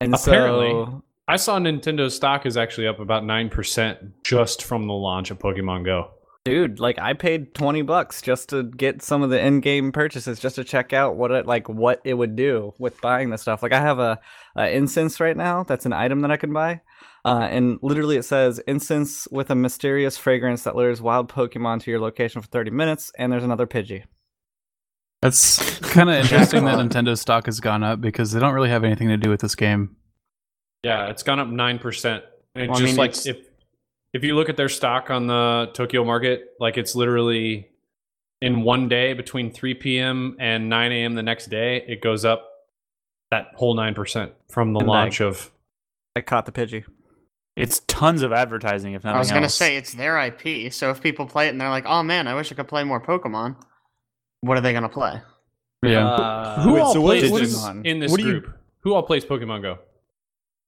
and
Apparently.
so
I saw Nintendo stock is actually up about 9% just from the launch of Pokemon Go.
dude like i paid 20 bucks just to get some of the in-game purchases just to check out what it like what it would do with buying this stuff like i have a, a incense right now that's an item that i can buy uh, and literally it says incense with a mysterious fragrance that lures wild pokemon to your location for 30 minutes and there's another pidgey
That's kind of interesting that
Jackpot.
Nintendo stock has gone up because they don't really have anything to do with this game.
Yeah, it's gone up 9%. And it
Well, I
just
mean,
like
it's-
if if you look at their stock on the Tokyo market, like it's literally in one day between 3 p.m. and 9 a.m. the next day, it goes up that whole 9% from the
And, like,
launch of
I caught the Pidgey.
It's tons of advertising. If nothing
I was gonna
else.
say it's their IP, so if people play it and they're like, "Oh man, I wish I could play more Pokemon," what are they gonna play?
Yeah.
uh,
Who
Wait,
all
so what-
plays
what
this
is-
in this
what do you-
group? Who all plays Pokemon Go?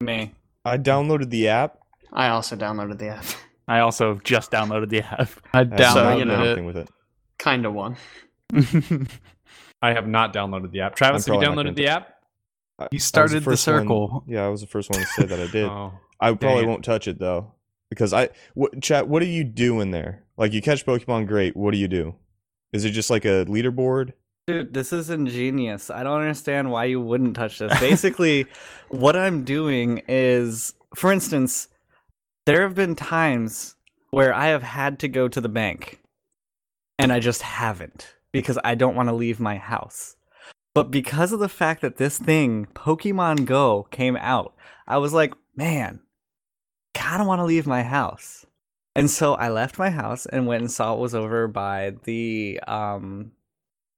me?
I downloaded the app.
I also downloaded the app.
I also just downloaded the app.
I
I haven't
downloaded
you know.
done
it.
anything with it.
Kinda one.
I have not downloaded the app. Travis,
I'm
have you
probably not
downloaded the app?
I- I was
You started the,
first one-
circle.
yeah, I was the first one to say that I did.
Oh.
I probably
it.
won't touch it though because I what chat. What do you do in there? Like you catch Pokemon, great. What do you do? Is it just like a leaderboard?
Dude, this is ingenious. I don't understand why you wouldn't touch this. Basically, what I'm doing is, for instance, there have been times where I have had to go to the bank and I just haven't because I don't want to leave my house. But because of the fact that this thing, Pokemon Go, came out, I was like, man, kind of want to leave my house. And so I left my house and went and saw it was over by the um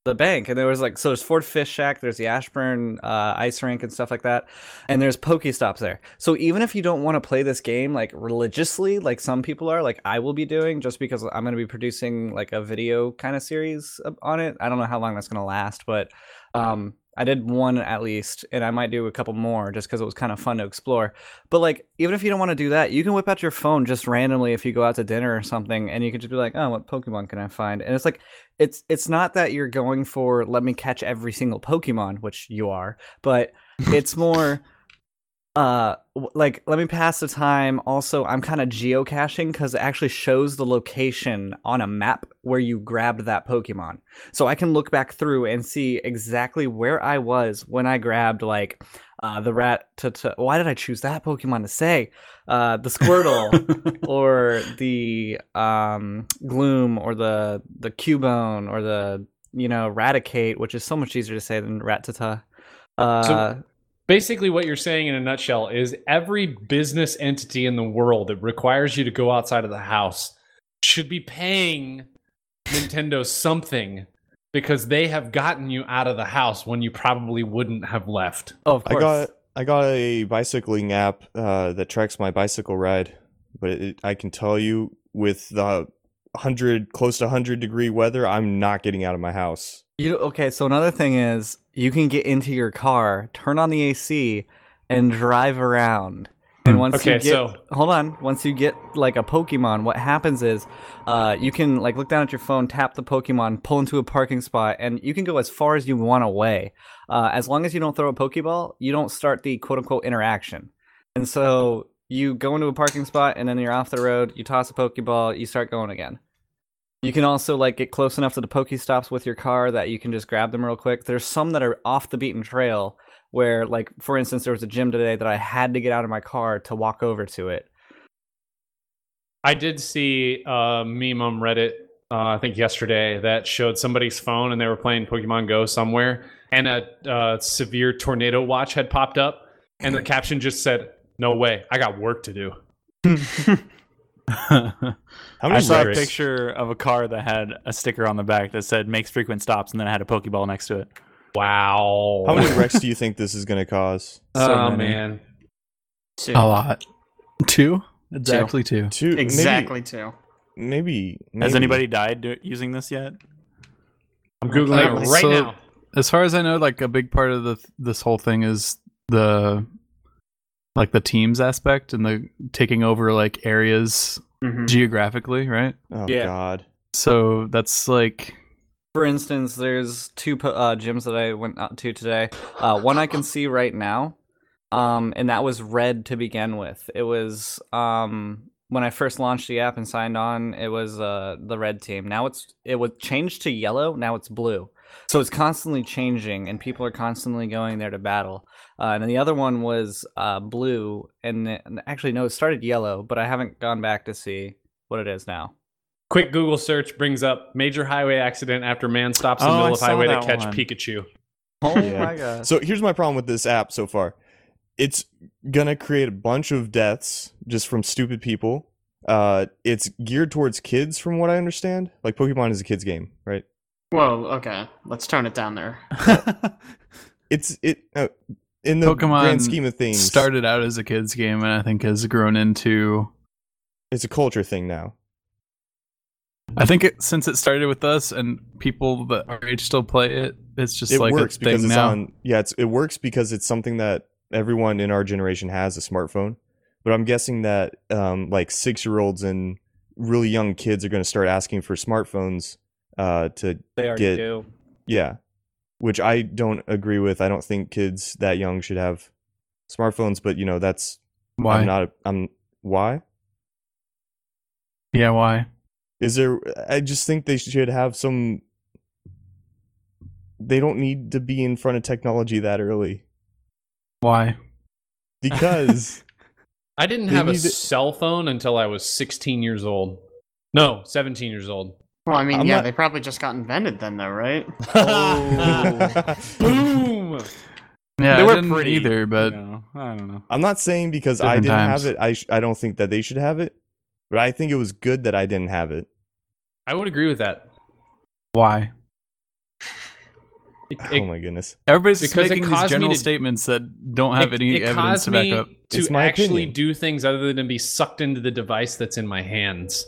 the bank and there was like so there's Ford Fish Shack, there's the Ashburn uh, ice rink and stuff like that, and there's Pokestops there. So even if you don't want to play this game like religiously, like some people are, like I will be doing, just because I'm going to be producing like a video kind of series up- on it. I don't know how long that's going to last, but um, I did one at least, and I might do a couple more just because it was kind of fun to explore. But like even if you don't want to do that, you can whip out your phone just randomly if you go out to dinner or something, and you can just be like, oh, what Pokemon can I find? And it's like it's it's not that you're going for let me catch every single Pokemon, which you are, but it's more uh w- like let me pass the time also i'm kind of geocaching because it actually shows the location on a map where you grabbed that pokemon so i can look back through and see exactly where i was when i grabbed like uh the rat to, why did i choose that pokemon to say uh the squirtle or the um gloom or the the cubone or the you know eradicate which is so much easier to say than rat tata uh
Basically, what you're saying in a nutshell is every business entity in the world that requires you to go outside of the house should be paying Nintendo something because they have gotten you out of the house when you probably wouldn't have left.
oh, of
I
course
got I got a bicycling app uh, that tracks my bicycle ride, but it, it- I can tell you with the hundred close to hundred degree weather, I'm not getting out of my house.
You know, okay, so another thing is you can get into your car, turn on the AC, and drive around.
Hmm.
And once
Okay,
you get,
so
hold on, once you get like a Pokemon, what happens is, uh, you can like look down at your phone, tap the Pokemon, pull into a parking spot, and you can go as far as you want away, uh, as long as you don't throw a Pokeball. You don't start the quote unquote interaction, and so you go into a parking spot, and then you're off the road. You toss a Pokeball, you start going again. You can also like get close enough to the Pokestops with your car that you can just grab them real quick. There's some that are off the beaten trail where like for instance there was a gym today that I had to get out of my car to walk over to it.
I did see a meme on Reddit, uh, I think yesterday, that showed somebody's phone and they were playing Pokemon Go somewhere, and a uh, severe tornado watch had popped up, and the caption just said, "No way, I got work to do."
How
I
many
saw a
Hilarious.
picture of a car that had a sticker on the back that said "makes frequent stops" and then it had a Pokeball next to it.
Wow.
how many wrecks do you think this is going to cause?
So
oh
many.
man.
Two.
A lot. Two? Exactly two.
Two maybe-
Exactly two.
Maybe, maybe
Has anybody died do- using this yet?
I'm googling it
Uh,
right
so-
now.
As far as I know, like a big part of the this whole thing is the like the teams aspect and the taking over like areas
Mm-hmm.
Mhm.
geographically, right?
Oh
Yeah.
God.
So that's like
For instance, there's two po- uh, gyms that I went out to today. Uh, one I can see right now, um, and that was red to begin with. It was um, when I first launched the app and signed on. It was uh, the red team. Now it's it was changed to yellow. Now it's blue. So it's constantly changing, and people are constantly going there to battle. Uh, and then the other one was uh, blue, and, and actually no, it started yellow, but I haven't gone back to see what it is now.
Quick Google search brings up major highway accident after man stops in
Oh,
the
I
middle of
saw
highway to
that
catch
one.
Pikachu.
Oh
Yeah.
my god!
So here's my problem with this app so far. It's gonna create a bunch of deaths just from stupid people. Uh, it's geared towards kids, from what I understand. Like Pokemon is a kids game, right?
Whoa. Okay. Let's tone it down there.
It's it uh, in the
Pokemon
grand scheme of things.
started out as a kids game and I think has grown into
It's a culture thing now.
I think it, since it started with us and people that our age still play it, it's just
it
like
works
a thing
because it's
now.
on. Yeah, it's it works because it's something that everyone in our generation has a smartphone. But I'm guessing that um, like six year olds and really young kids are gonna start asking for smartphones uh, to
They already
Get-
do.
Yeah. Which I don't agree with. I don't think kids that young should have smartphones, but you know, that's
why?
I'm not a, I'm why?
yeah, why?
Is there I just think they should have some they don't need to be in front of technology that early
Why?
because
I didn't
They
have a
need to-
cell phone until I was 16 years old. No, 17 years old.
Well, I mean,
I'm
yeah,
not-
they probably just got invented then, though, right?
Oh.
Boom!
Yeah,
they
I
were
didn't
pretty
either, but
you know, I don't know.
I'm not saying because I
Different
didn't
times.
have it I sh- I don't think that they should have it, but I think it was good that I didn't have it.
I would agree with that.
why?
It,
oh
it-
my goodness.
Everybody's just
Because it
making
caused
these
me
general
to-
statements that don't have
it-
any
it
evidence
caused
to back
me
up.
It's
to
my
actually
opinion.
do things other than be sucked into the device that's in my hands.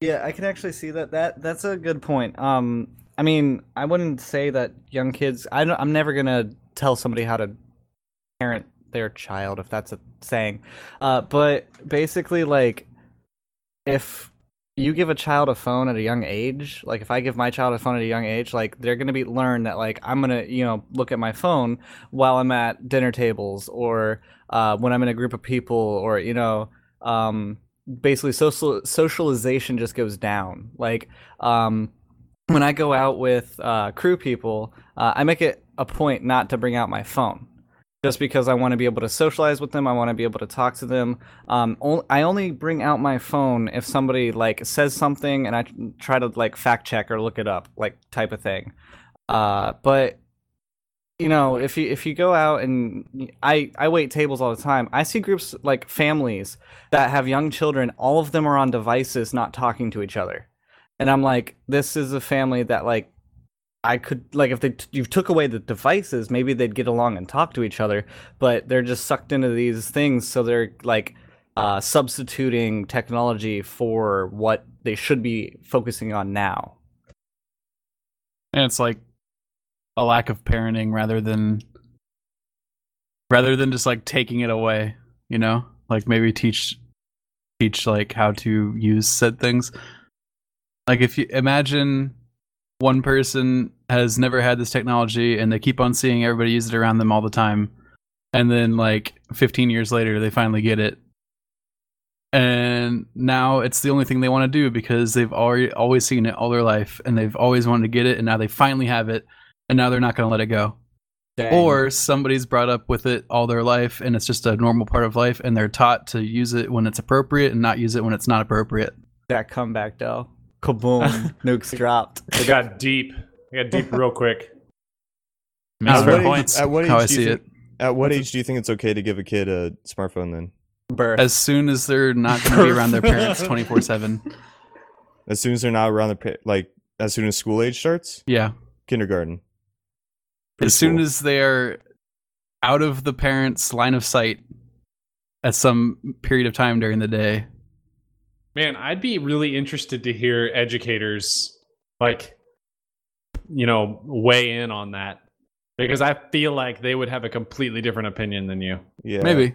Yeah, I can actually see that. That that's a good point. Um, I mean, I wouldn't say that young kids. I don't, I'm never gonna tell somebody how to parent their child if that's a saying. Uh, but basically, like, if you give a child a phone at a young age, like if I give my child a phone at a young age, like they're gonna be learn that like I'm gonna you know look at my phone while I'm at dinner tables or uh, when I'm in a group of people or you know um, basically social socialization just goes down. Like um, when I go out with uh, crew people, uh, I make it a point not to bring out my phone just because I want to be able to socialize with them. I want to be able to talk to them. Um, on- I only bring out my phone if somebody like says something and I try to like fact check or look it up, like type of thing. Uh, but you know, if you if you go out and I I wait tables all the time. I see groups like families that have young children. All of them are on devices, not talking to each other. And I'm like, this is a family that like I could like if they t- you took away the devices, maybe they'd get along and talk to each other. But they're just sucked into these things, so they're like uh, substituting technology for what they should be focusing on now.
and it's like a lack of parenting rather than rather than just like taking it away you know like maybe teach teach like how to use said things like if you imagine one person has never had this technology and they keep on seeing everybody use it around them all the time and then like 15 years later they finally get it and now it's the only thing they want to do because they've already always seen it all their life and they've always wanted to get it and now they finally have it and now they're not going to let it go or somebody's brought up with it all their life and it's just a normal part of life and they're taught to use it when it's appropriate and not use it when it's not appropriate
that comeback though, kaboom, nukes dropped.
It got deep. It got deep real quick.
Makes
At
fair
what age-
points,
at what
how
age
i
do you
see it
think- At what age do you think it's okay to give a kid a smartphone? Then
Birth.
as soon as they're not going to be around their parents 24-7
as soon as they're not around the pa- like as soon as school age starts,
yeah
kindergarten.
as soon
Preschool.
as they are out of the parents line of sight at some period of time during the day
Man, I'd be really interested to hear educators like you know weigh in on that because I feel like they would have a completely different opinion than you.
yeah,
maybe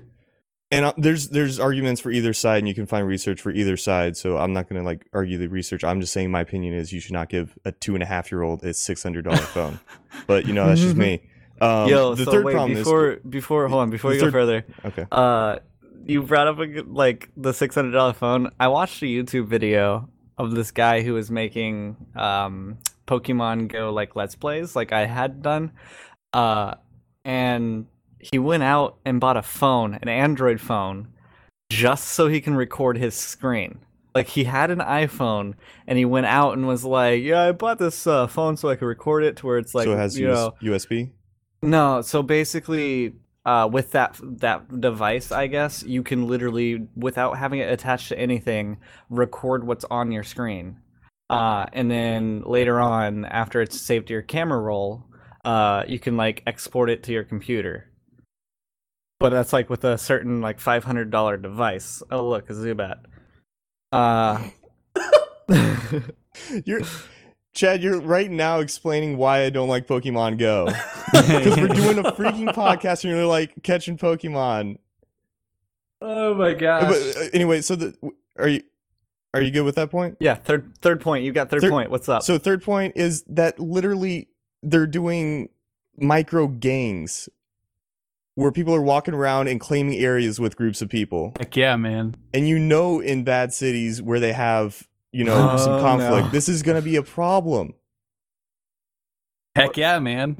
And uh, there's there's arguments for either side, and you can find research for either side. So I'm not gonna like argue the research. I'm just saying my opinion is you should not give a two and a half year old a six hundred dollar phone. But you know that's just me. Um,
Yo,
the
so
third
wait,
problem
before before hold on, before
the
you go
third-
further,
is okay.
uh, you brought up a good- like the six hundred dollar phone. I watched a YouTube video of this guy who was making um Pokemon Go like Let's Plays, like I had done, uh, and he went out and bought a phone, an Android phone, just so he can record his screen. Like he had an iPhone, and he went out and was like, "Yeah, I bought this uh, phone so I could record it to where it's like,
so it has
you
US-
know,
USB.
no, so basically, uh, with that that device, I guess you can literally, without having it attached to anything, record what's on your screen, uh, and then later on, after it's saved to your camera roll, uh, you can like export it to your computer. But that's like with a certain like five hundred dollar device. Oh look, a Zubat. Uh,
You're Chad. You're right now explaining why I don't like Pokemon Go because we're doing a freaking podcast, and you're like catching Pokemon.
Oh my
But uh, anyway, so the are you are you good with that point?
yeah, third third point. You got third
Third-
point. What's
Uh,
up?
So third point is that literally they're doing micro gangs where people are walking around and claiming areas with groups of people.
like yeah man
And you know in bad cities where they have, you know, some
Oh,
conflict,
no.
this is going to be a problem.
heck yeah man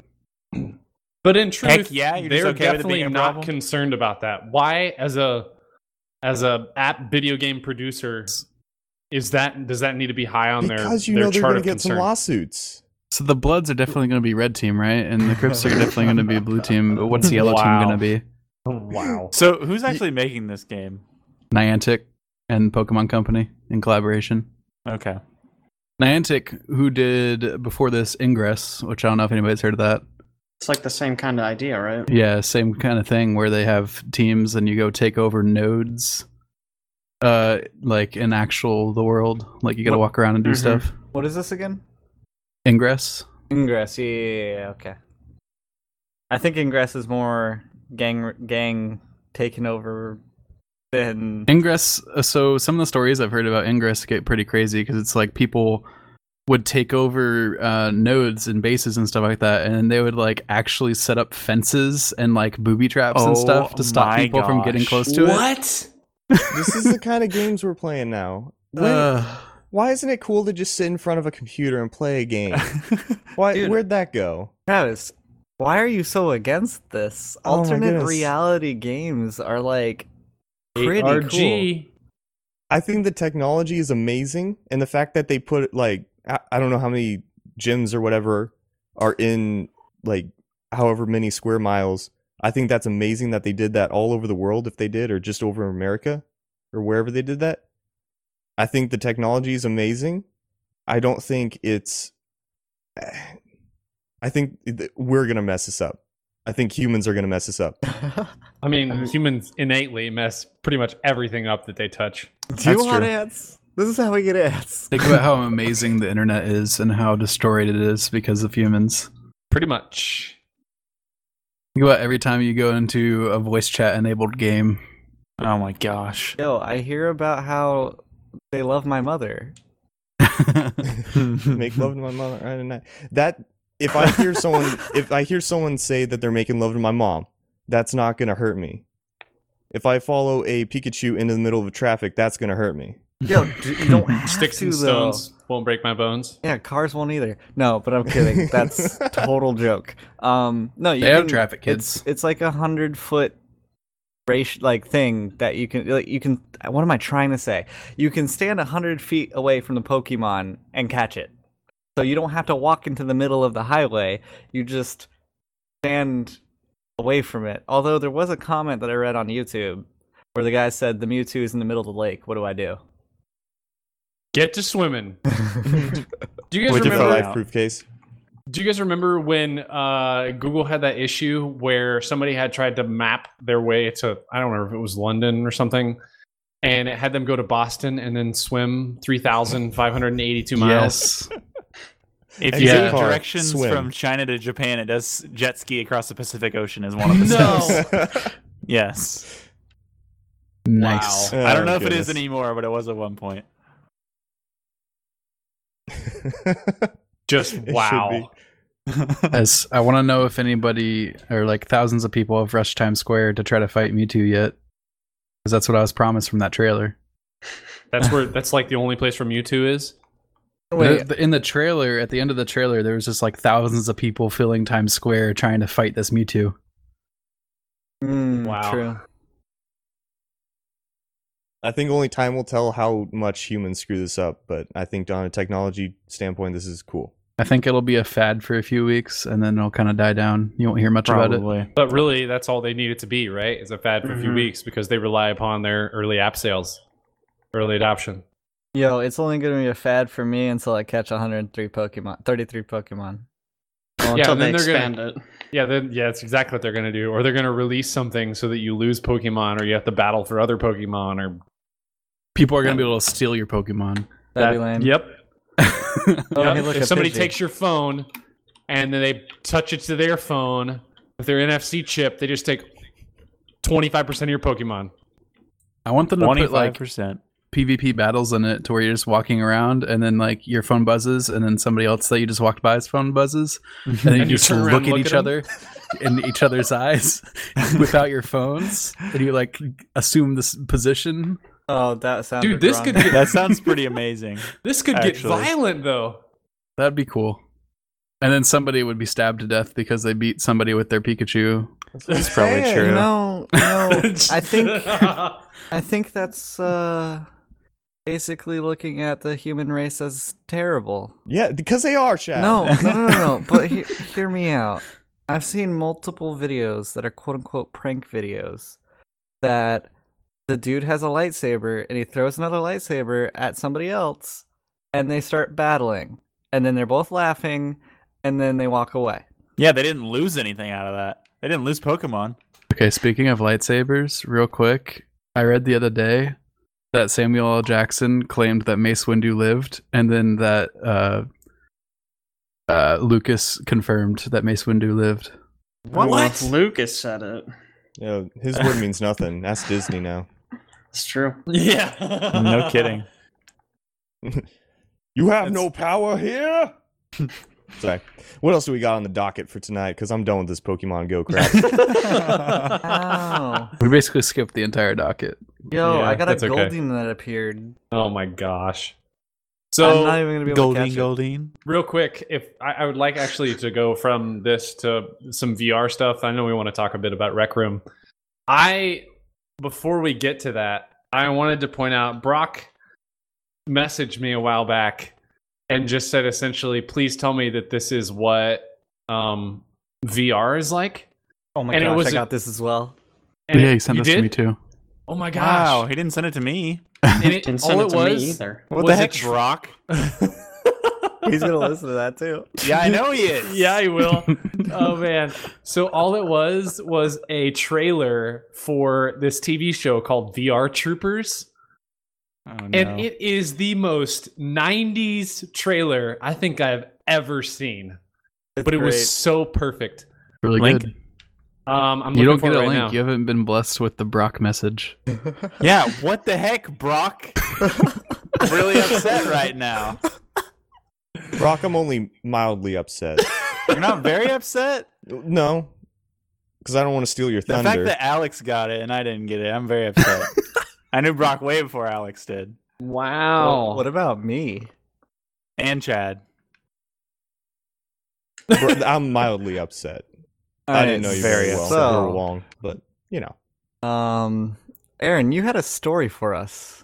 But in truth,
Heck yeah, you're just
they're
okay with it
definitely
being a
not
problem?
concerned about that. Why, as a as a app video game producer, is that does that need to be high on their
because you
their
know they're
chart
going
of
to get
concern?
some lawsuits.
So the Bloods are definitely going to be red team, right? And the Crips are definitely going to be blue team. But what's the yellow
Wow.
team going to be?
Oh,
Wow.
So who's actually making this game?
Niantic and Pokemon Company in collaboration.
Okay.
Niantic, who did before this Ingress, which I don't know if anybody's heard of that.
It's like the same kind of idea, right?
Yeah, same kind of thing where they have teams and you go take over nodes, uh, like in actual the world. Like you got to walk around and do
Mhm.
stuff.
what is this again?
Ingress.
Ingress, yeah, yeah, yeah, yeah, okay. I think Ingress is more gang gang taking over then
Ingress. uh, So some of the stories I've heard about Ingress get pretty crazy because it's like people would take over uh, nodes and bases and stuff like that, and they would like actually set up fences and like booby traps and
Oh
stuff to stop
my
people from
gosh.
getting close to it.
What?
this is the kind of games we're playing now. When-
Uh.
Ugh.
why isn't it cool to just sit in front of a computer and play a game? Why?
Dude.
where'd that go?
Travis, why are you so against this?
Oh my
Alternate
goodness.
reality games are like pretty cool.
ARG.
I think the technology is amazing, and the fact that they put like I, I don't know how many gyms or whatever are in like however many square miles. I think that's amazing that they did that all over the world if they did, or just over America or wherever they did that. I think the technology is amazing. I don't think it's. I think th- we're gonna mess this up. I think humans are gonna mess this up.
I mean, humans innately mess pretty much everything up that they touch.
Do you
That's
want
true.
ads? This is how we get ads.
Think about how amazing the internet is and how destroyed it is because of humans.
Pretty much.
Think about every time you go into a voice chat enabled game.
Oh my gosh.
Yo, I hear about how they love my mother.
make love to my mom right at night. That if I hear someone if I hear someone say that they're making love to my mom, that's not gonna hurt me. If I follow a Pikachu into the middle of traffic, that's gonna hurt me.
Yo, d- you don't have
Sticks
to
and
though.
stones won't break my bones.
Yeah, cars won't either. No, but I'm kidding. That's total joke. Um, no, you
They have
can-
traffic,
it's-
kids.
It's, like a hundred foot race like thing that you can like you can. What am I trying to say? You can stand a hundred feet away from the Pokemon and catch it. So you don't have to walk into the middle of the highway. You just stand away from it. Although there was a comment that I read on YouTube where the guy said the Mewtwo is in the middle of the lake. What do I do?
Get to swimming. Do you guys
Which is a
remember?
life proof case.
Do you guys remember when uh, Google had that issue where somebody had tried to map their way to I don't remember if it was London or something, and it had them go to Boston and then swim three thousand five hundred and eighty-two miles.
Yes.
If
Exit
you
Yeah.
take
car,
directions
swim.
from China to Japan, it does jet ski across the Pacific Ocean is one of the
No.
steps. Yes.
Nice.
Wow.
I don't
Oh,
know if it is
goodness.
anymore, but it was at one point.
Just
It should
wow.
As I want to know if anybody or like thousands of people have rushed Times Square to try to fight Mewtwo yet, because that's what I was promised from that trailer.
That's where that's like the only place from U2 is.
Wait, in the trailer, at the end of the trailer, there was just like thousands of people filling Times Square trying to fight this Mewtwo.
Mm,
Wow.
True.
I think only time will tell how much humans screw this up, but I think on a technology standpoint, this is cool.
I think it'll be a fad for a few weeks and then it'll kind of die down. You won't hear much about it.
But really, that's all they need it to be, right? Is a fad for a few
Mm-hmm.
Mhm.
weeks because they rely upon their early app sales, early adoption.
Yo, it's only gonna be a fad for me until I catch 103 Pokemon, 33 Pokemon.
Well,
Yeah,
until
and then
they
they're gonna-
expand it.
Yeah, then yeah, that's exactly what they're gonna do. Or they're gonna release something so that you lose Pokemon, or you have to battle for other Pokemon, or
People are going to be able to steal your Pokemon.
That'd
that-
be lame.
Yep.
Oh,
Yep.
hey, look, a
if somebody
Pidgey.
takes your phone and then they touch it to their phone with their NFC chip, they just take twenty five percent of your Pokemon.
I want them to put like
25%.
PvP battles in it to where you're just walking around and then like your phone buzzes and then somebody else that you just walked by's phone buzzes and then you,
Mm-hmm. And you
just
turn
look
around
at
and look
each
at 'em.
other in each other's eyes without your phones and you like assume this position.
Oh, that sounds.
Dude, this could get
That sounds pretty amazing.
this could get
Actually.
violent though.
That'd be cool. And then somebody would be stabbed to death because they beat somebody with their Pikachu.
That's probably
Hey,
true.
No, no. I think
yeah,
I think that's uh, basically looking at the human race as terrible.
Yeah, because they are, Chad.
No, no, no, no. no. But he- hear me out. I've seen multiple videos that are quote unquote prank videos that the dude has a lightsaber and he throws another lightsaber at somebody else and they start battling and then they're both laughing and then they walk away.
Yeah, they didn't lose anything out of that. They didn't lose Pokemon.
Okay, speaking of lightsabers, real quick, I read the other day that Samuel L. Jackson claimed that Mace Windu lived, and then that uh, uh, Lucas confirmed that Mace Windu lived.
Well, if Lucas said it.
You know, his word means nothing. That's Disney now.
It's true.
Yeah.
No kidding.
You have no power here. Sorry. What else do we got on the docket for tonight? Because I'm done with this Pokemon Go crap.
Wow.
We basically skipped the entire docket.
Yo,
Yeah,
I got a
that's okay.
Goldine that appeared.
oh my gosh.
I'm not
So
even gonna be able to
Goldine,
catch
Goldine.
real quick, if I, I would like actually to go from this to some VR stuff. I know we want to talk a bit about Rec Room. I before we get to that, I wanted to point out Brock messaged me a while back and just said essentially, please tell me that this is what um, VR is like.
Oh my
And it
gosh,
was
I
a-
got this as well.
And
yeah,
it-
he sent
you
this
did?
to me too.
Oh my
Wow,
gosh!
he didn't send it to me.
And it-
Didn't
all
send it
it
to
was
me either.
What
was
the
a
heck,
tr-
Brock?
He's gonna listen to that too.
Oh,
Yeah, I know he is.
Yeah, I will. oh man. So all it was was a trailer for this TV show called VR Troopers.
Oh,
And it is the most 90s trailer I think I've ever seen.
It's
But it
great.
was so perfect.
Really
Link?
good.
Um I'm
You
looking
don't
for
get
it
a
right
link.
now.
You haven't been blessed with the Brock message.
yeah, what the heck, Brock? really upset right now.
Brock, I'm only mildly upset.
You're not very upset.
No, because I don't want to steal your
The
thunder.
fact that Alex got it and I didn't get it, I'm very upset. I knew Brock way before Alex did,
Wow.
Well, what about me?
and Chad.
Bro- I'm mildly upset. I didn't know you very well for long, but you know,
So, um, Aaron, you had a story for us.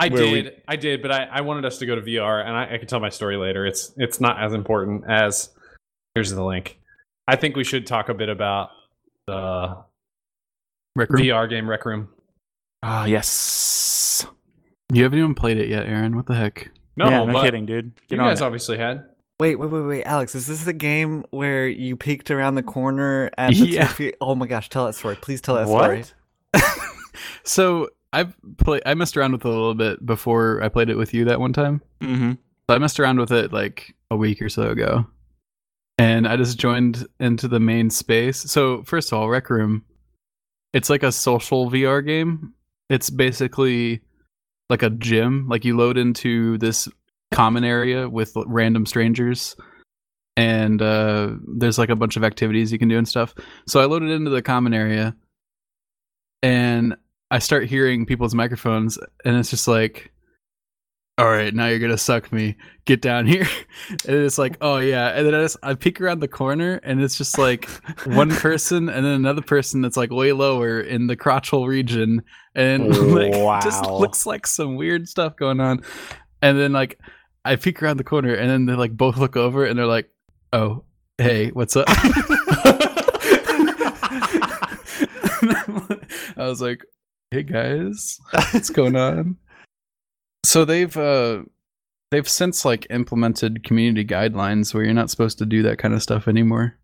I
where we-
did. I did, but I, I wanted us to go to VR, and I, I can tell my story later. It's it's not as important as here's the link. I think we should talk a bit about the
Rec Room.
VR game Rec Room.
Ah, yes.
You haven't even played it yet, Aaron. What the heck?
No,
yeah, no
but
kidding, dude.
You
Get on
guys
it.
obviously had.
Wait, wait, wait, wait, Alex, is this the game where you peeked around the corner at the
Yeah.
Tiffy- Oh my gosh, tell that story. Please tell that story.
what?
So I play. I messed around with it a little bit before I played it with you that one time.
Mm-hmm.
So I messed around with it like a week or so ago. And I just joined into the main space. So first of all, Rec Room, it's like a social VR game. It's basically like a gym. Like you load into this common area with random strangers and uh there's like a bunch of activities you can do and stuff. So I loaded into the common area and I start hearing people's microphones and it's just like all right, now you're gonna suck me. Get down here. And it's like, oh yeah. And then I just I peek around the corner and it's just like
Mm-hmm.
one person and then another person that's like way lower in the crotch hole region and like just
Wow.
looks like some weird stuff going on. And then like I peek around the corner and then they like both look over and they're like, Oh, hey, what's up? I was like, hey guys, what's going on? So they've uh they've since like implemented community guidelines where you're not supposed to do that kind of stuff anymore.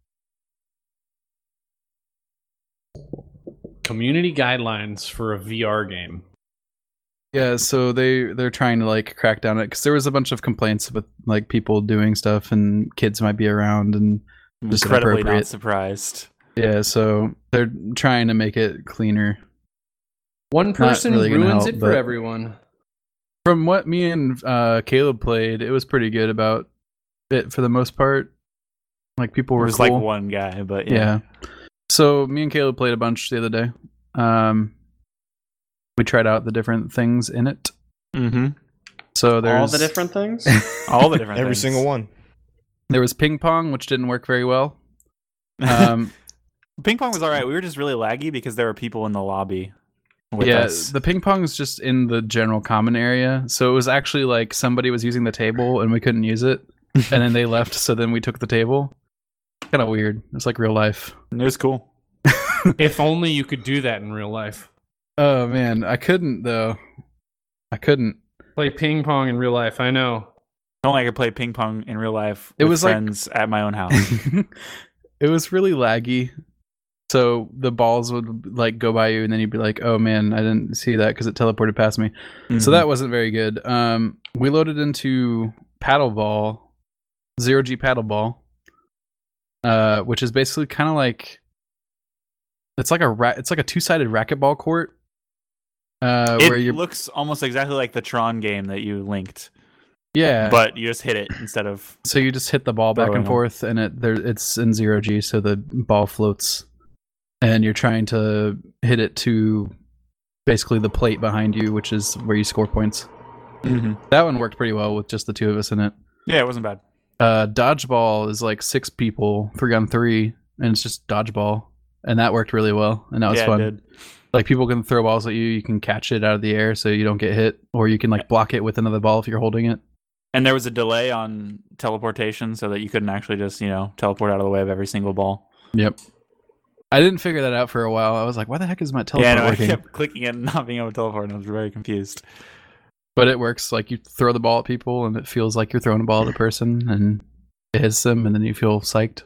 Community guidelines for a VR game.
Yeah, so they they're trying to like crack down on it because there was a bunch of complaints with like people doing stuff and kids might be around and
I'm
Just
incredibly
inappropriate.
not surprised.
yeah, so they're trying to make it cleaner.
One person
really gonna
ruins
help,
it for
but-
everyone.
From what me and uh, Caleb played, it was pretty good about it for the most part. Like people
It
were
was
cool.
like one guy, but
yeah.
yeah.
So me and Caleb played a bunch the other day. Um, we tried out the different things in it.
Mm-hmm.
So there's
All the different things.
All the different
every
things.
single one.
There was ping pong, which didn't work very well. Um,
Ping pong was all right. We were just really laggy because there were people in the lobby with
yeah,
us.
the ping pong is just in the general common area. So it was actually like somebody was using the table and we couldn't use it, and then they left. So then we took the table. Kind of weird. It's like real life.
It was cool.
if only you could do that in real life.
Oh man, I couldn't though. I couldn't.
Play ping pong in real life. I know.
Only I could play ping pong in real life.
It
It
was
was
like-
friends at my own house.
it was really laggy. So the balls would like go by you, and then you'd be like, "Oh man, I didn't see that because it teleported past me." So that wasn't very good. Um, we loaded into paddleball, zero G paddleball, uh, which is basically kind of like it's like a ra- it's like a two sided racquetball court, uh,
Mm-hmm. it
where you're
looks almost exactly like the Tron game that you linked,
yeah.
but you just hit it instead of.
so you just hit the ball back
Throwing
and
them.
forth, and it there it's in zero g, so the ball floats, and you're trying to hit it to basically the plate behind you, which is where you score points. That one worked pretty well with just the two of us in it.
Yeah, it wasn't bad.
uh dodgeball is like six people three on three and it's just dodgeball and that worked really well and that was
yeah, it
fun
did.
like people can throw balls at you you can catch it out of the air so you don't get hit or you can like block it with another ball if you're holding it
And there was a delay on teleportation so that you couldn't actually just you know teleport out of the way of every single ball.
yep i didn't figure that out for a while i was like why the heck is my teleport
yeah, no, I
working
kept clicking it and not being able to teleport, and I was very confused.
but it works like you throw the ball at people and it feels like you're throwing a ball at a person and it hits them and then you feel psyched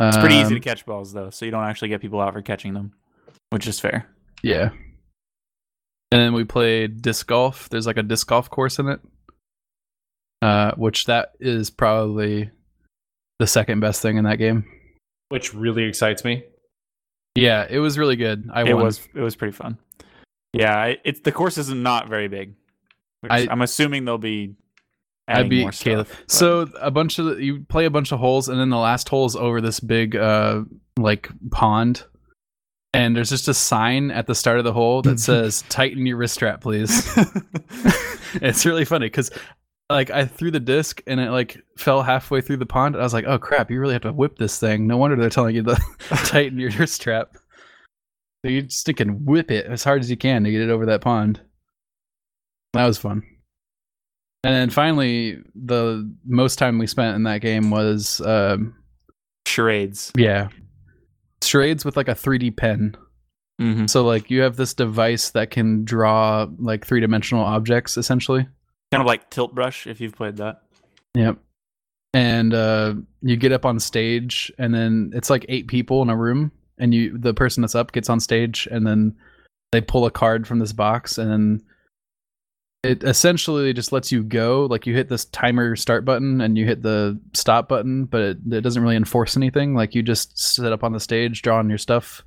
Um,
It's pretty easy to
catch.
catch balls though, so you don't actually get people out for catching them, which is fair.
Yeah. And then we played disc golf. There's like a disc golf course in it, uh, which that is probably the second best thing in that game.
which really excites me.
Yeah, it was really good. I
it
won.
was it was pretty fun. Yeah, I, it's the course is not very big. Which
I-
I, am assuming they'll be.
I
adding
beat
more
Caleb.
stuff, but-
So a bunch of the, you play a bunch of holes, and then the last hole is over this big uh like pond, and there's just a sign at the start of the hole that says "Tighten your wrist strap, please." it's really funny because like I threw the disc and it like fell halfway through the pond. I was like, "Oh crap! You really have to whip this thing." No wonder they're telling you to tighten your wrist strap. So you just can whip it as hard as you can to get it over that pond. That was fun. And then finally, the most time we spent in that game was, um,
charades.
yeah, charades with like a 3D pen.
Mm-hmm.
So like you have this device that can draw like three dimensional objects essentially.
Kind of like tilt brush if you've played that.
Yep. And uh, you get up on stage, and then it's like eight people in a room, and you the person that's up gets on stage, and then they pull a card from this box, and then it essentially just lets you go. Like you hit this timer start button, and you hit the stop button, but it, it doesn't really enforce anything. Like you just sit up on the stage, draw on your stuff,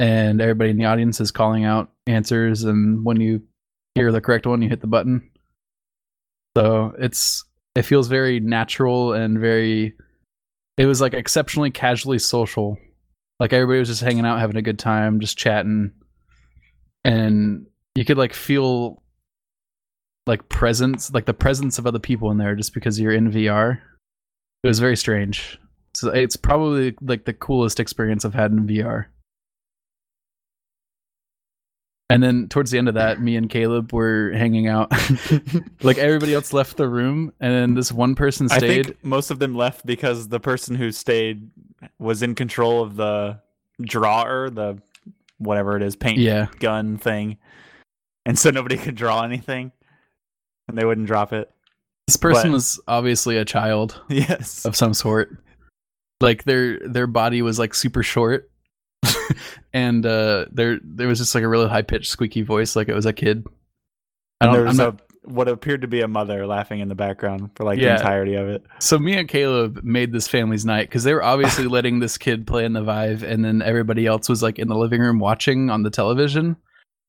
and everybody in the audience is calling out answers, and when you hear the correct one, you hit the button. So it's it feels very natural and very it was like exceptionally casually social like everybody was just hanging out having a good time just chatting and you could like feel like presence like the presence of other people in there just because you're in vr it was very strange so it's probably like the coolest experience i've had in vr and then towards the end of that me and caleb were hanging out like everybody else left the room and then this one person
I
stayed
think most of them left because the person who stayed was in control of the drawer, the whatever it is, paint
yeah
gun thing, and so nobody could draw anything, and they wouldn't drop it.
This person
But-
was obviously a child
Yes.
of some sort. Like their their body was like super short, and uh, there there was just like a really high pitched squeaky voice, like it was a kid. I
And
don't.
there
I'm
was
not,
a, what appeared to be a mother laughing in the background for like
Yeah.
the entirety of it.
so me and Caleb made this family's night because they were obviously letting this kid play in the Vive, and then everybody else was like in the living room watching on the television.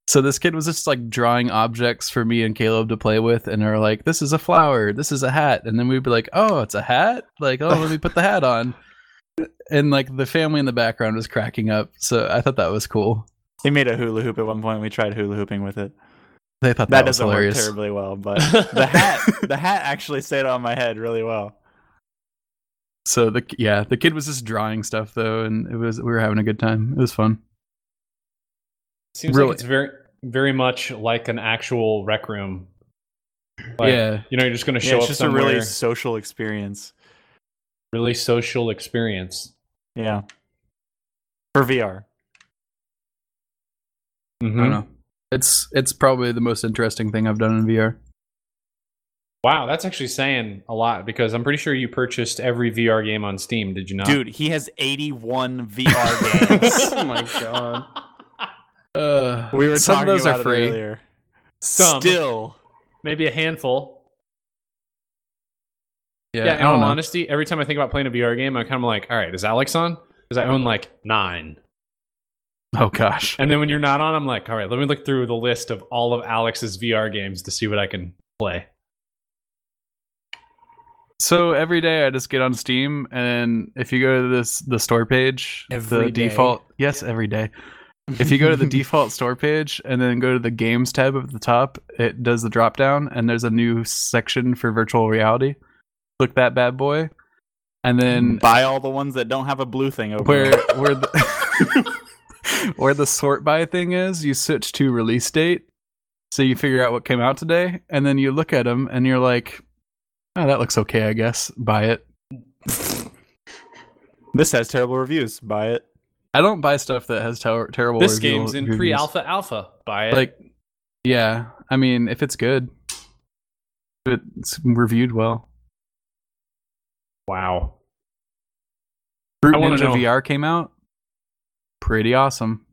So this kid was just like drawing objects for me and Caleb to play with, and are like, "This is a flower. This is a hat," and then we'd be like, "Oh, it's a hat! Like, oh, let me put the hat on." And like the family in the background was cracking up, so I thought that was cool.
They made a hula hoop at one point. We tried hula hooping with it.
They thought that,
That
was
doesn't work
hilarious.
terribly well, but the hat, the hat actually stayed on my head really well.
So the yeah, the kid was just drawing stuff though, and it was we were having a good time. It was fun.
Seems
Really.
like it's very very much like an actual rec room. Like,
yeah,
You know, you're just going to
Yeah,
show
it's
up
just
somewhere.
a really
Really,
social experience.
really social experience.
Yeah. For VR.
I don't know. It's it's probably the most interesting thing I've done in VR.
Wow, that's actually saying a lot because I'm pretty sure you purchased every VR game on Steam. Did you not,
Dude, he has 81 VR games.
oh my god.
Uh,
we were
some of
talking
those
about
are
it
free.
earlier.
Some.
Still.
Maybe a handful.
Yeah,
Yeah,
I
in all
don't know.
honesty, every time I think about playing a VR game, I'm kind of like, all right, is Alex on? Because I own like nine.
Oh gosh.
And then when you're not on, I'm like, all right, let me look through the list of all of Alex's VR games to see what I can play.
So every day I just get on Steam, and if you go to this the store page, the
Every day?
default yes every day. If you go to the default store page and then go to the games tab at the top, it does the drop down, and there's a new section for virtual reality. Click that bad boy, and then
Buy all the ones that don't have a blue thing over.
where
them.
where the where the sort by thing is, you switch to release date. So you figure out what came out today, and then you look at them, and you're like, "Oh, that looks okay, I guess. Buy it."
this has terrible reviews. Buy it.
I don't buy stuff that has ter- terrible.
this
review-
game's in
reviews.
pre-alpha alpha. Buy it.
Like, yeah, I mean, if it's good, if it's reviewed well.
wow.
Fruit
I wanna
Ninja
know.
VR came out, pretty awesome.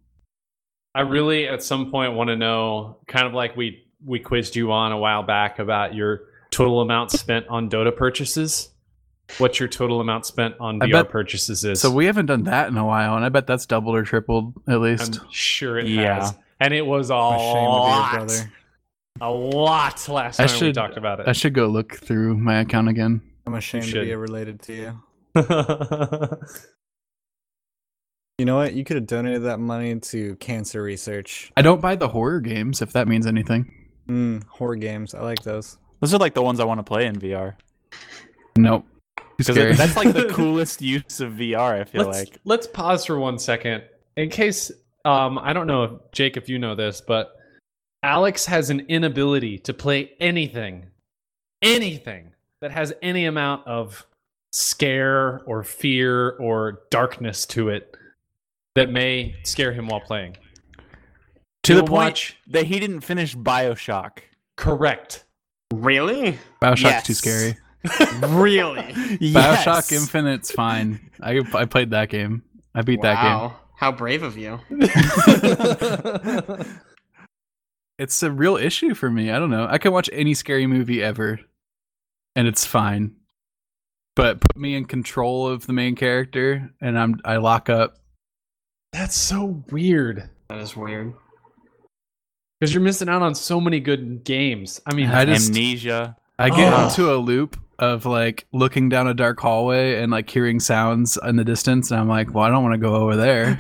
I really at some point want to know, kind of like we we quizzed you on a while back about your total amount spent on Dota purchases. What your total amount spent on
I
VR
bet-
purchases is?
So we haven't done that in a while, and I bet that's doubled or tripled at
I'm
least.
sure it
Yeah.
has, and it was a
I'm ashamed of you,
lot,
brother.
a lot last
I
time we
should-
talked about it.
I should go look through my account again.
I'm ashamed to be
should.
related to you. You know what? You could have donated that money to cancer research.
I don't buy the horror games if that means anything.
Mm, horror games. I like those.
Those are like the ones I want to play in VR.
Nope. Too
'Cause
Scary.
it- that's like the coolest use of VR. I feel
let's,
like
let's pause for one second in case um, I don't know if Jake if you know this, but Alex has an inability to play anything, anything that has any amount of scare or fear or darkness to it that may scare him while playing.
To the
He'll
point-
watch-
that he didn't finish Bioshock.
correct.
Really?
Bioshock's too
Yes.
scary.
Really?
Bioshock Infinite's fine. I I played that game. I beat that game.
Wow. How brave of you.
it's a real issue for me. I don't know. I can watch any scary movie ever, and it's fine. But put me in control of the main character, and I'm I lock up.
That's so weird
That is weird.
because you're missing out on so many good games. I mean,
I just
Amnesia.
I get
Ugh.
into a loop of like looking down a dark hallway and like hearing sounds in the distance, and I'm like, well, I don't want to go over there.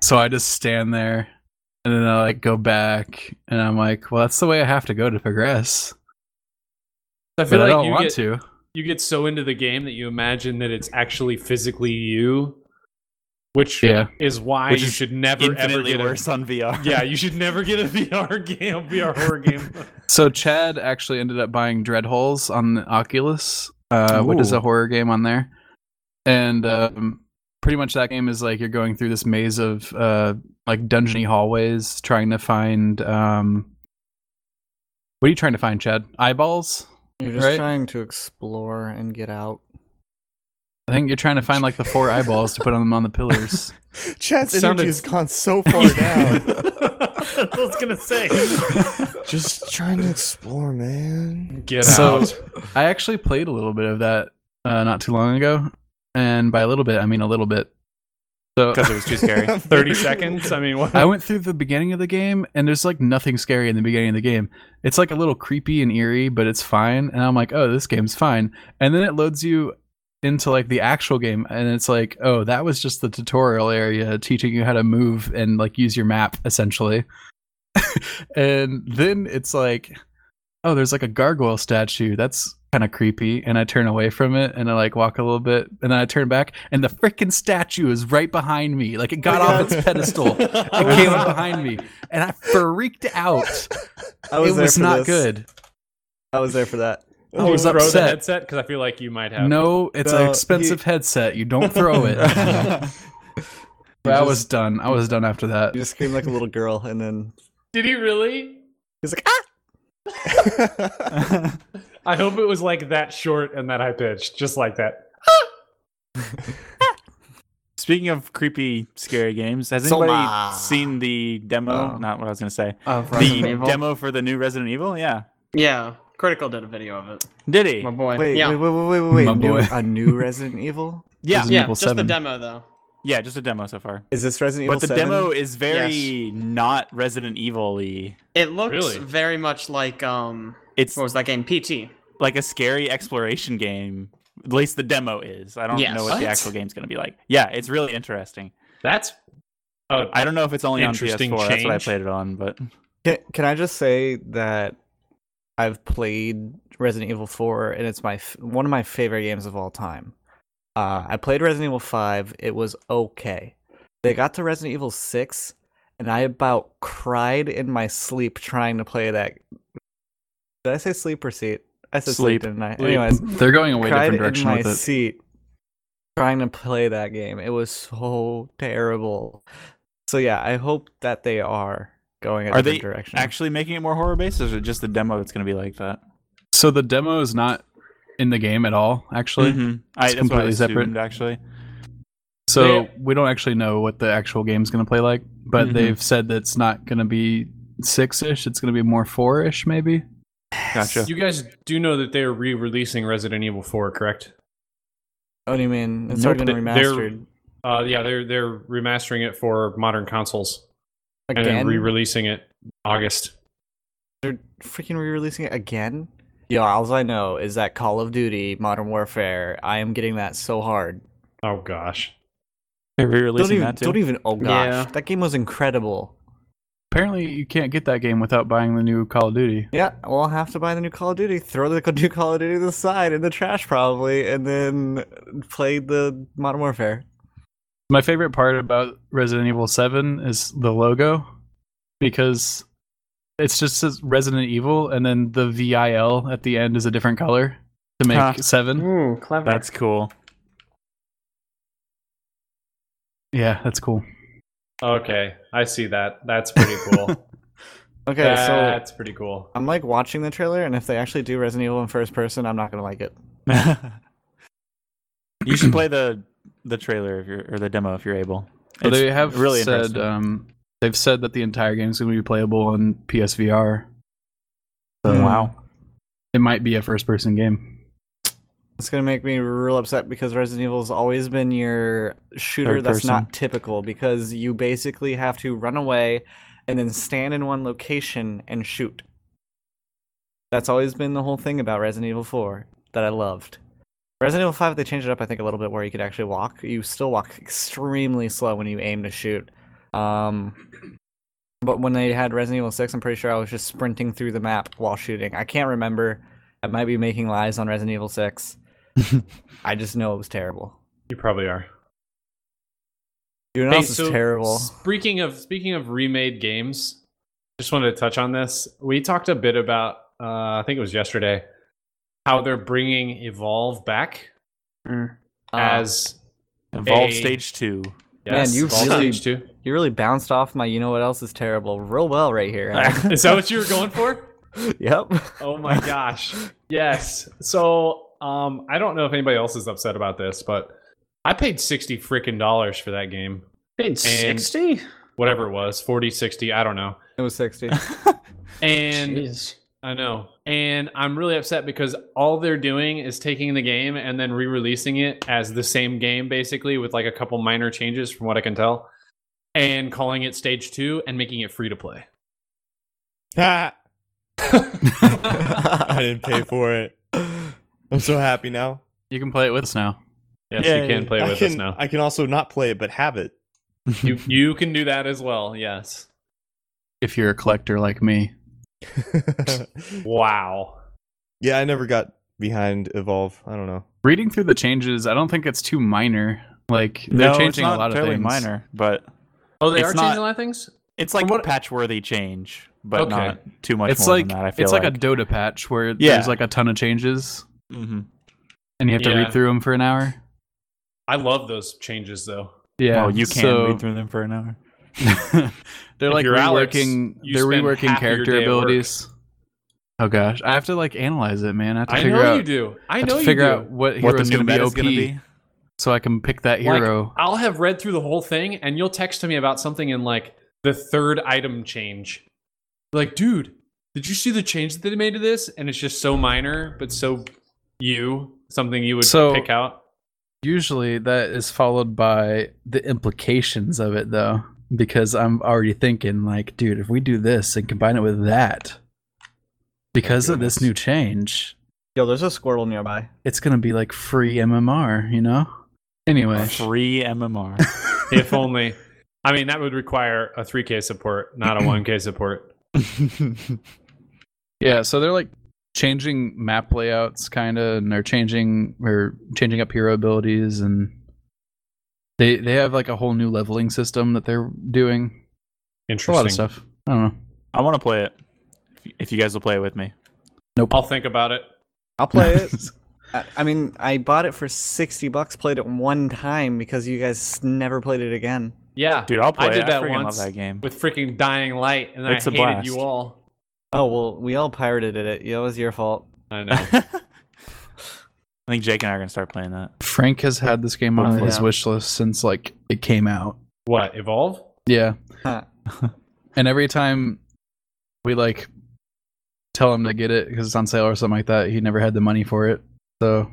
so I just stand there, and then I like go back, and I'm like, well, that's the way I have to go to progress.
I
But
feel
I
like
don't
you
want
get-
to.
you get so into the game that you imagine that it's actually physically you, which
Yeah.
is why
Which
you
is
should never ever
Infinitely
get
worse on VR.
A, yeah, you should never get a VR game, VR horror game.
So Chad actually ended up buying Dreadholes on the Oculus, uh, which is
Ooh.
a horror game on there, and um, pretty much that game is like you're going through this maze of uh, like dungeony hallways, trying to find. Um, what are you trying to find, Chad? Eyeballs.
You're just
Right.
trying to explore and get out.
I think you're trying to find like the four eyeballs to put on them on the pillars.
Chad's
It sounded-
energy has gone so far down.
That's what I was gonna say.
Just trying to explore, man.
Get
So-
out.
I actually played a little bit of that uh, not too long ago, and by a little bit I mean a little bit. So
because it was too scary.
Thirty seconds. I mean, what?
I went through the beginning of the game, and there's like nothing scary in the beginning of the game. It's like a little creepy and eerie, but it's fine. And I'm like, oh, this game's fine. And then it loads you into like the actual game, and it's like, oh, that was just the tutorial area teaching you how to move and like use your map essentially. and then it's like, oh, there's like a gargoyle statue. That's kind of creepy. And I turn away from it and I like walk a little bit, and then I turn back, and the freaking statue is right behind me. Like it got off its pedestal. It came up behind me, and I freaked out.
I was
it
there
was
for
not
this.
good.
I was there for that.
Oh,
I was
throw the
upset.
headset because I feel like you might have.
No, it's an
No,
expensive
you-
headset. You don't throw it. I was done. I was done after that.
You just screamed like a little girl, and then
Did he really?
he's like, ah!
I hope it was like that short and that high pitched, just like that.
Speaking of creepy, scary games, has
Soma.
anybody seen the demo?
Oh.
Not what I was gonna say.
Of
the demo for the new Resident Evil. Yeah,
Yeah. Critical did a video of it.
did he?
My boy.
Wait,
yeah.
wait, wait, wait, wait, wait.
My
New-
boy.
a new Resident Evil?
yeah,
Resident Evil
just
7.
the demo though.
Yeah, just a demo so far.
Is this Resident Evil
but the
7?
demo is very not Resident Evil y.
It looks
Really?
very much like um,
It's
what was that game? PT.
like a scary exploration game. At least the demo is. I don't
Yes.
know what, the
What?
actual game's going to be like. Yeah, it's really interesting.
That's uh,
I don't know if it's only on PS4.
Interesting
That's what I
change.
played it on, but
Can, can I just say that I've played Resident Evil 4 and it's my f- one of my favorite games of all time. Uh, I played Resident Evil 5, it was okay. They got to Resident Evil 6 and I about cried in my sleep trying to play that. Did I say sleep or seat? I said
Sleep.
sleep, didn't I?
Sleep.
Anyways,
They're going away
cried
different direction
in my
with it.
seat trying to play that game. It was so terrible. So yeah, I hope that they are going a
Are
different
they
direction.
actually making it more horror based, or is it just the demo that's going to be like that?
So the demo is not in the game at all, actually.
Mm-hmm.
Mhm. I,
Mm-hmm. It's
that's what I
completely separate.
assumed, Actually,
So
Yeah.
we don't actually know what the actual game's going to play like, but
Mhm.
Mm-hmm.
they've said that it's not going to be six ish. It's going to be more four ish, maybe.
gotcha.
You guys do know that they're re-releasing Resident Evil 4, correct?
What do Oh, you mean? It's
Nope,
already been
they- they're-
remastered
Uh, yeah, they're they're remastering it for modern consoles and then
again.
re-releasing it August.
they're freaking re-releasing it again. Yo, all I know is that Call of Duty Modern Warfare. I am getting that so hard.
Oh gosh,
They're
Don't
re-releasing
even,
that too.
don't even. Oh gosh,
Yeah.
that game was incredible.
Apparently, you can't get that game without buying the new Call of Duty.
Yeah, well, I'll have to buy the new Call of Duty. Throw the new Call of Duty to the side in the trash probably, and then play the Modern Warfare.
My favorite part about Resident Evil 7 is the logo because it's just says Resident Evil and then the VIL at the end is a different color to make
Huh.
7.
Ooh, clever.
That's cool.
Yeah, that's cool.
okay, I see that. That's pretty cool.
Okay, so
That's pretty cool.
I'm like watching the trailer, and if they actually do Resident Evil in first person, I'm not gonna like it.
you should play the the trailer if you're or the demo if you're able.
But
It's
they have really said
interesting.
um, they've said that the entire game is going to be playable on PSVR. So
wow.
it might be a first-person game.
It's gonna make me real upset because Resident Evil's always been your shooter
Third
that's
person.
not typical because you basically have to run away and then stand in one location and shoot. That's always been the whole thing about Resident Evil 4 that I loved. Resident Evil 5 they changed it up I think a little bit where you could actually walk. You still walk extremely slow when you aim to shoot. Um but when they had Resident Evil 6 I'm pretty sure I was just sprinting through the map while shooting. I can't remember. I might be making lies on Resident Evil 6. I just know it was terrible.
You probably are.
Dude, it
Hey,
else is
so
terrible.
Speaking of speaking of remade games, just wanted to touch on this. We talked a bit about uh, I think it was yesterday how they're bringing Evolve back
Mm.
Uh,
as
Evolve
a-
Stage Two.
Man,
yes,
you
Evolve
really-
Stage Two.
you really bounced off my you know what else is terrible real well right here. Adam.
Is that what you were going for?
yep.
Oh my gosh. Yes. So um I don't know if anybody else is upset about this, but I paid 60 freaking dollars for that game.
Paid sixty.
Whatever it was, 40, 60, I don't know.
It was 60.
And
Jeez.
I know. And I'm really upset because all they're doing is taking the game and then re-releasing it as the same game basically with like a couple minor changes from what I can tell and calling it stage 2 and making it free to play.
I Ah. didn't pay for it. I'm so happy now.
You can play it with us now.
Yes,
Yay.
you can play
I
with us
can-
now.
I can also not play it, but have it.
you you can do that as well. Yes.
if you're a collector like me.
Wow.
yeah, I never got behind Evolve. I don't know.
Reading through the changes, I don't think it's too minor. Like they're
no, it's
changing
not
a lot of
terribly
things.
minor, but
Oh, they
It's
are
not-
changing a lot of things.
it's like
From
a
what-
patchworthy change, but
Okay.
not too much
It's
more
like
than that. I feel
it's like, a Dota patch where
Yeah.
there's like a ton of changes
hmm
and you have to
Yeah.
read through them for an hour.
I love those changes though.
Yeah.
Oh, you can
so-
read through them for an hour.
they're
If
like
you're Alex,
reworking.
you
they're
spend
reworking
half of your day
character
at work.
abilities. Oh gosh, I have to like analyze it, man. I have to
I
figure
know
out.
you do. I
I have
know
to
you
figure
do.
out what
What the
hero's
new
going to be
meta's
OP,
going to be?
so I can pick that
Like,
hero.
I'll have read through the whole thing and you'll text me about something in like the third item change. Like, dude, did you see the change that they made to this? And it's just so minor, but so you, something you would
So-
pick out.
Usually that is followed by the implications of it though, because I'm already thinking like, dude, if we do this and combine it with that, because of this new change,
Yo, there's a Squirtle nearby.
it's gonna be like free MMR, you know? Anyway.
Free MMR.
if only. I mean, that would require a 3K support, not a 1K support.
Yeah, so they're like changing map layouts kind of and they're changing or changing up hero abilities and they they have like a whole new leveling system that they're doing. It's A
Interesting.
lot of stuff. I don't know.
I want to play it. If- If you guys will play it with me,
I'll think about it.
I'll play it. I, I mean, I bought it for sixty bucks. Played it one time because you guys never played it again.
Yeah,
dude. I'll play
I did
it.
that
I freaking
once.
love that game.
with freaking dying light, and then
It's
I
a
hated
blast.
you all.
Oh well, we all pirated it. It was your fault.
I know.
I think Jake and I are gonna start playing that.
Frank has had this game on
Oh,
his
yeah.
wish list since like it came out.
what evolve?
Yeah.
Huh.
and every time we like tell him to get it because it's on sale or something like that, he never had the money for it. So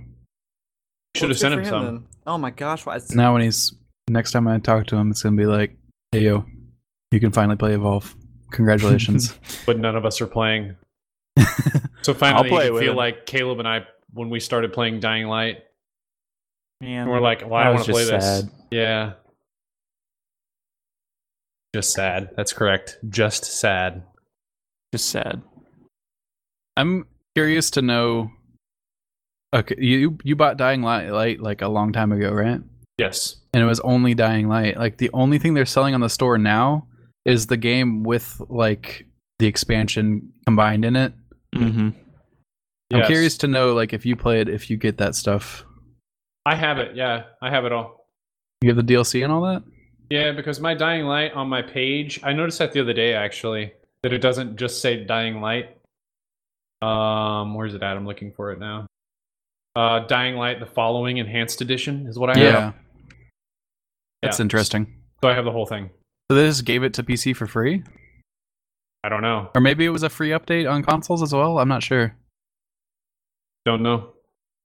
Should
Well,
have sent
good
him
for
some.
then. Oh my gosh, why? It's,
now when he's next time I talk to him, it's gonna be like, "Hey yo, you can finally play Evolve. Congratulations."
but none of us are playing. so finally,
play
you
with
feel
him.
like Caleb and I when we started playing Dying Light,
Man,
and we're like, "Well,
That
I
was
want to play
just
this."
sad.
Yeah, just sad. That's correct. Just sad.
just sad.
I'm curious to know. Okay, you you bought Dying Light, Light like a long time ago, right?
Yes.
and it was only Dying Light. Like the only thing they're selling on the store now is the game with like the expansion combined in it.
Mm-hmm.
I'm
Yes.
curious to know like if you play it, if you get that stuff.
I have it. Yeah, I have it all.
You have the DLC and all that?
Yeah, because my Dying Light on my page, I noticed that the other day actually that it doesn't just say Dying Light. Um, where's it at? I'm looking for it now. Uh, Dying Light, the following enhanced edition is what I have.
That's
Yeah.
interesting.
So I have the whole thing.
So they just gave it to PC for free?
I don't know.
Or maybe it was a free update on consoles as well? I'm not sure.
Don't know.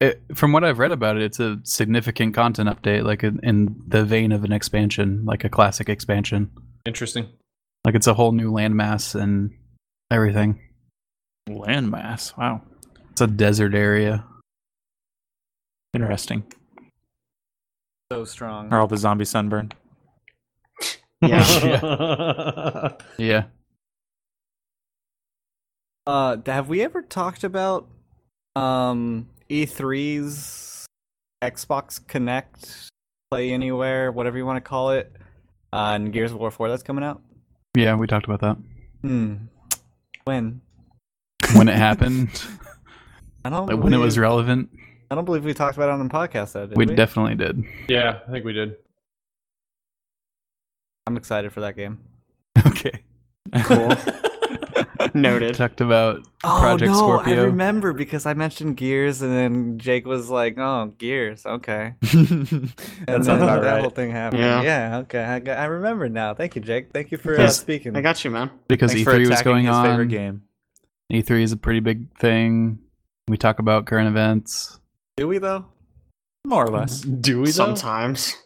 It, from what I've read about it, it's a significant content update, like in, in the vein of an expansion, like a classic expansion.
Interesting.
Like it's a whole new landmass and everything.
Mm-hmm. Landmass. Wow,
It's a desert area.
interesting.
so strong.
Or all the zombie sunburn.
Yeah.
Yeah.
Uh, have we ever talked about um E3's Xbox Connect Play Anywhere, whatever you want to call it, uh, and Gears of War Four that's coming out?
Yeah, we talked about that
Hmm. When?
when it happened,
I don't.
like when it
believe-
was relevant.
I don't believe we talked about it on the podcast though. Did
We
we,
definitely did.
yeah, I think we did.
I'm excited for that game.
Okay,
Cool. Noted.
talked about
Oh
Project
no! I
Scorpio.
remember because I mentioned Gears, and then Jake was like, "Oh, Gears, okay."
that
And
sounds
then
about
that
right.
whole thing happened.
Yeah.
Yeah. okay. I, got, I remember now. Thank you, Jake. Thank you for uh,
Yes.
speaking.
I got you, man.
because
Thanks for
E3 was
attacking
going
his Favorite
on.
game.
E3 is a pretty big thing. We talk about current events.
Do we though?
More or less.
Do we
Sometimes.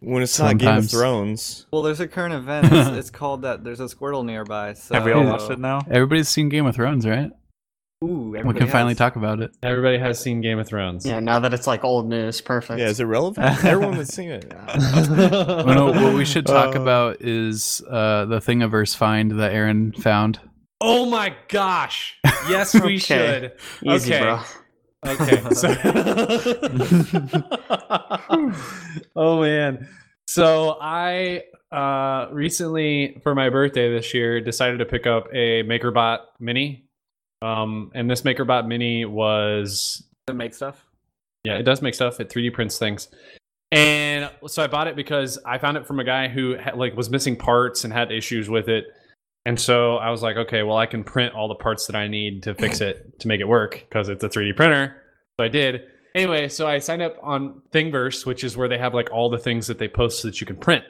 When it's not Game
Sometimes.
of Thrones,
Well, there's a current event. It's, it's called that. There's a Squirtle nearby.
Mm-hmm.
So
Have we all watched it now?
Everybody's seen Game of Thrones, right?
Ooh,
We
everybody
can finally
has.
talk about it.
Everybody has seen Game of Thrones.
Yeah, now that it's like old news, perfect.
yeah, is it relevant? Everyone that's seen it.
Oh, no, what we should talk
Uh,
about is uh, the Thingiverse find that Aaron found.
Oh my gosh. Yes, we
Okay.
should.
Easy,
okay.
bro.
Okay. So oh man. So I uh recently for my birthday this year decided to pick up a MakerBot Mini. Um and this MakerBot Mini was
to make stuff.
Yeah, it does make stuff. It 3D prints things. And so I bought it because I found it from a guy who had, like was missing parts and had issues with it. And so I was like, okay, well I can print all the parts that I need to fix it to make it work because it's a 3D printer. So I did. Anyway, so I signed up on Thingverse, which is where they have like all the things that they post so that you can print.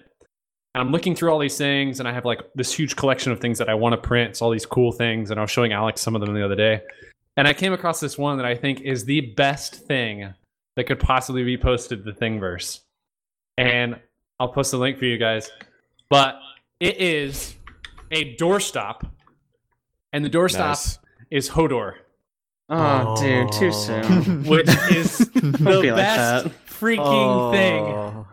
And I'm looking through all these things and I have like this huge collection of things that I want to print. It's all these cool things. And I was showing Alex some of them the other day. And I came across this one that I think is the best thing that could possibly be posted to Thingverse. And I'll post the link for you guys. But it is a doorstop. And the doorstop
Nice.
is Hodor,
Oh, dude, too soon.
which is the
Don't be like
best
that.
freaking thing.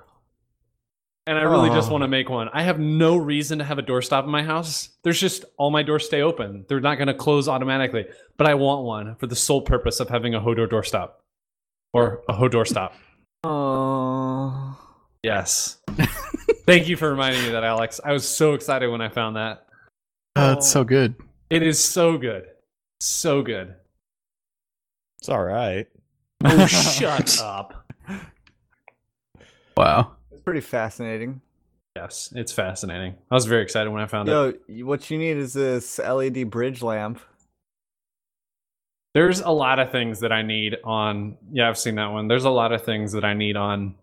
And I really just
Oh.
want to make one. I have no reason to have a doorstop in my house. There's just all my doors stay open. They're not going to close automatically. But I want one for the sole purpose of having a Hodor doorstop or a Hodor stop.
Oh.
Yes. Thank you for reminding me of that, Alex. I was so excited when I found that.
Uh, it's so good.
It is so good. So good.
It's all right.
Oh, shut up.
Wow.
It's pretty fascinating.
Yes, it's fascinating. I was very excited when I found it.
Yo, y- what you need is this LED bridge lamp.
There's a lot of things that I need on. Yeah, I've seen that one. There's a lot of things that I need on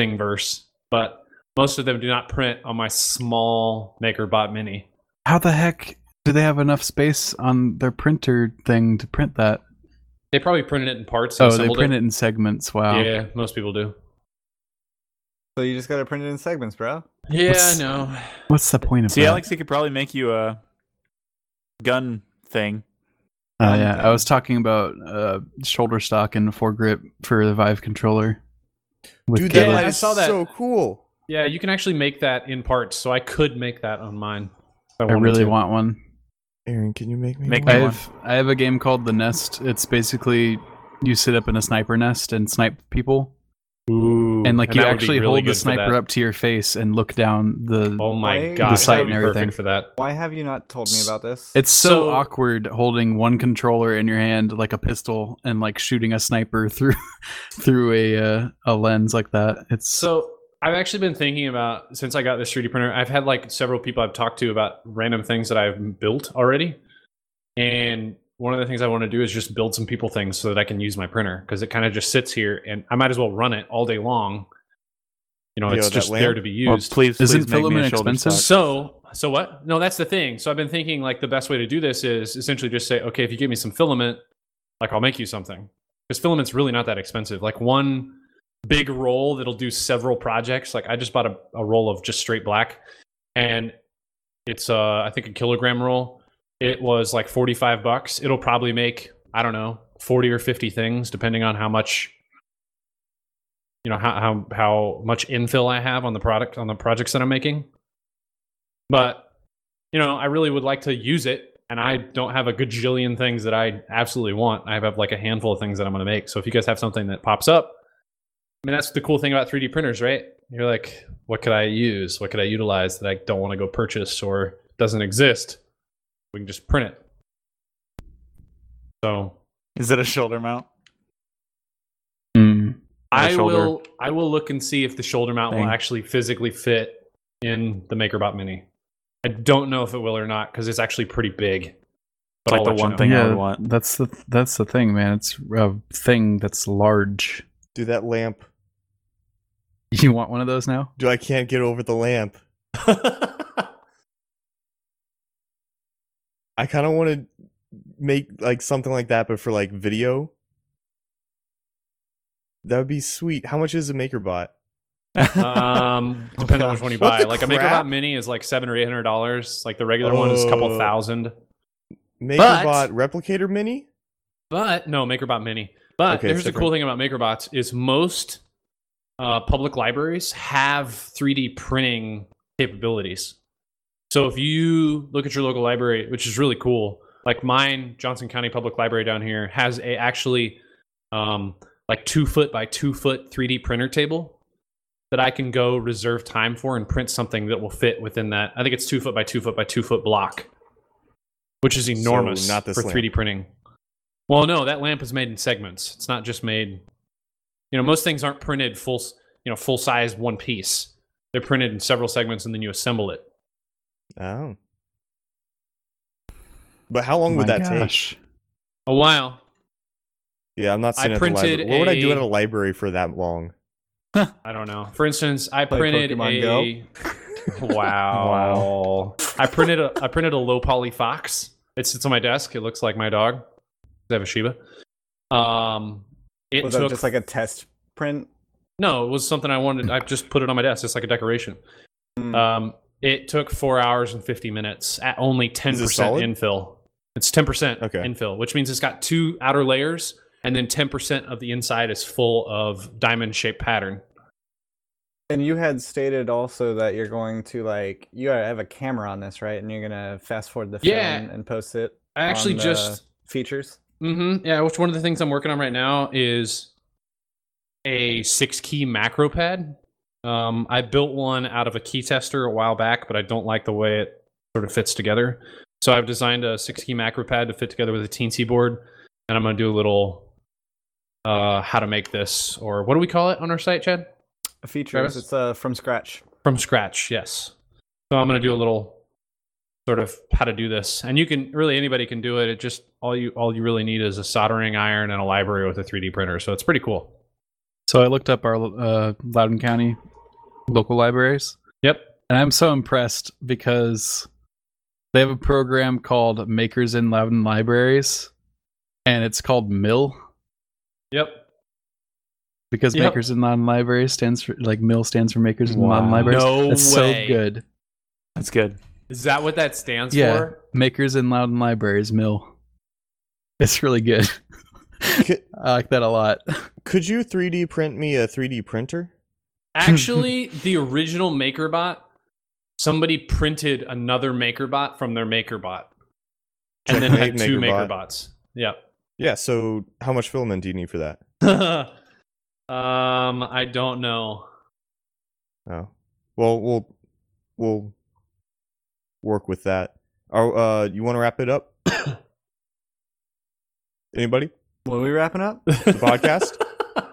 Thingverse, but most of them do not print on my small MakerBot Mini.
How the heck do they have enough space on their printer thing to print that?
They probably printed it in parts. and
Oh, they
assembled
print it in segments. Wow.
Yeah, most people do.
So you just gotta print it in segments, bro.
Yeah,
What's-
I know.
What's the point of
See,
that?
Alex, he could probably make you a gun thing.
Oh yeah, I was talking about uh, shoulder stock and foregrip for the Vive controller. with
Dude, that
Yeah,
Caleb.
light
I
is
saw that.
so cool.
Yeah, you can actually make that in parts, so I could make that on mine. if
I
wanted
really
to.
want one.
Aaron, can you make me
Make
I
one?
me one.
have I have a game called The Nest. It's basically you sit up in a sniper nest and snipe people,
Ooh,
and like you
that would be
actually
really
hold
good
the
for
sniper
that.
up to your face and look down the.
Oh my
The
gosh,
site
that
and
would be perfect
everything.
for that.
Why have you not told me about this?
It's so,
So-
awkward holding one controller in your hand like a pistol and like shooting a sniper through through a uh, a lens like that. It's
So I've actually been thinking about since I got this 3D printer. I've had like several people I've talked to about random things that I've built already, and one of the things I want to do is just build some people things so that I can use my printer because it kind of just sits here, and I might as well run it all day long. You know,
Yo,
it's
that
just
lamp?
there to be
Or
used.
please,
Isn't
please make me
filament
a shoulder
expensive?
stock.
So, so what? No, that's the thing. So I've been thinking like the best way to do this is essentially just say, okay, if you give me some filament, like I'll make you something. Because filament's really not that expensive. Like one big roll that'll do several projects. Like I just bought a, a roll of just straight black, and it's uh I think a kilogram roll. It was like forty five bucks. It'll probably make I don't know forty or fifty things depending on how much you know how how how much infill I have on the product on the projects that I'm making. But you know, I really would like to use it, and I don't have a gajillion things that I absolutely want. I have like a handful of things that I'm going to make. So if you guys have something that pops up, I mean, that's the cool thing about 3D printers, right? You're like, what could I use? What could I utilize that I don't want to go purchase or doesn't exist? We can just print it. So
Is it a shoulder mount?
Hmm.
Or a
I
shoulder
will I will look and see if the shoulder mount
thing.
will actually physically fit in the MakerBot Mini. I don't know if it will or not because it's actually pretty big. But
Like
I'll
the
let you
one
know.
thing I would want.
uh, That's the that's the thing, man. It's a thing that's large.
Do that lamp.
You want one of those now?
Do I can't get over the lamp. I kind of want to make like something like that, but for like video. That would be sweet. How much is a MakerBot?
um, depending
Oh
on which one you
What
buy.
the
Like a MakerBot
crap?
Mini is like seven or eight hundred dollars. Like the regular one is a couple
Oh.
thousand.
MakerBot Replicator Mini?
But no, MakerBot Mini. But
Okay,
here's the
different.
cool thing about MakerBots is most uh, public libraries have 3D printing capabilities. So if you look at your local library, which is really cool, like mine, Johnson County Public Library down here has a actually um, like two foot by two foot 3D printer table that I can go reserve time for and print something that will fit within that. I think it's two foot by two foot by two foot block, which is enormous
not this
for
lamp.
3D printing. Well, no, that lamp is made in segments. It's not just made. You know, most things aren't printed full, s- you know, full size one piece. They're printed in several segments and then you assemble it.
Oh. But how long would
Oh My
that take?
gosh.
A while.
Yeah, I'm not
I
sitting at the library.
printed
What would I do
a-
at a library for that long?
I don't know. For instance, I
Play
printed
Pokemon
a wow. I printed a I printed a low poly fox. It sits on my desk. It looks like my dog. I have a Shiba. Um, It
was that
took
just like a test print?
no, it was something I wanted. I just put it on my desk. It's like a decoration.
Mm.
Um, it took four hours and fifty minutes at only ten
Is it
percent
solid?
infill. It's ten percent
Okay.
infill, which means it's got two outer layers, and then ten percent of the inside is full of diamond shaped pattern.
And you had stated also that you're going to like you have a camera on this, right? And you're gonna fast forward the film
Yeah.
and post it.
I actually
on the
just
features.
hmm Yeah, which one of the things I'm working on right now is a six key macro pad. Um, I built one out of a key tester a while back, but I don't like the way it sort of fits together. So I've designed a six key macro pad to fit together with a Teensy board, and I'm going to do a little uh, how to make this or what do we call it on our site, Chad?
Features.
Travis?
It's uh from scratch.
From scratch, yes. So I'm going to do a little sort of how to do this, and you can really anybody can do it. It just all you all you really need is a soldering iron and a library with a 3D printer. So it's pretty cool.
So I looked up our uh, Loudoun County local libraries,
Yep.
and I'm so impressed because they have a program called Makers in Loudoun Libraries, and it's called Mill
Yep.
because
Yep.
Makers in Loudoun Libraries stands for like Mill stands for Makers in Loudoun
Wow.
Libraries.
No
it's
way.
so good.
That's good.
Is that what that stands
Yeah.
for?
Makers in Loudon Libraries, Mill. It's really good. I like that a lot.
Could you 3D print me a 3D printer?
Actually, the original MakerBot, somebody printed another MakerBot from their MakerBot, and then had
Checkmate
two
MakerBot.
MakerBots. Yep.
Yeah. So how much filament do you need for that?
um, I don't know.
Oh, well, we'll we'll work with that. Are uh, you want to wrap it up? Anybody?
What are we wrapping up?
The podcast?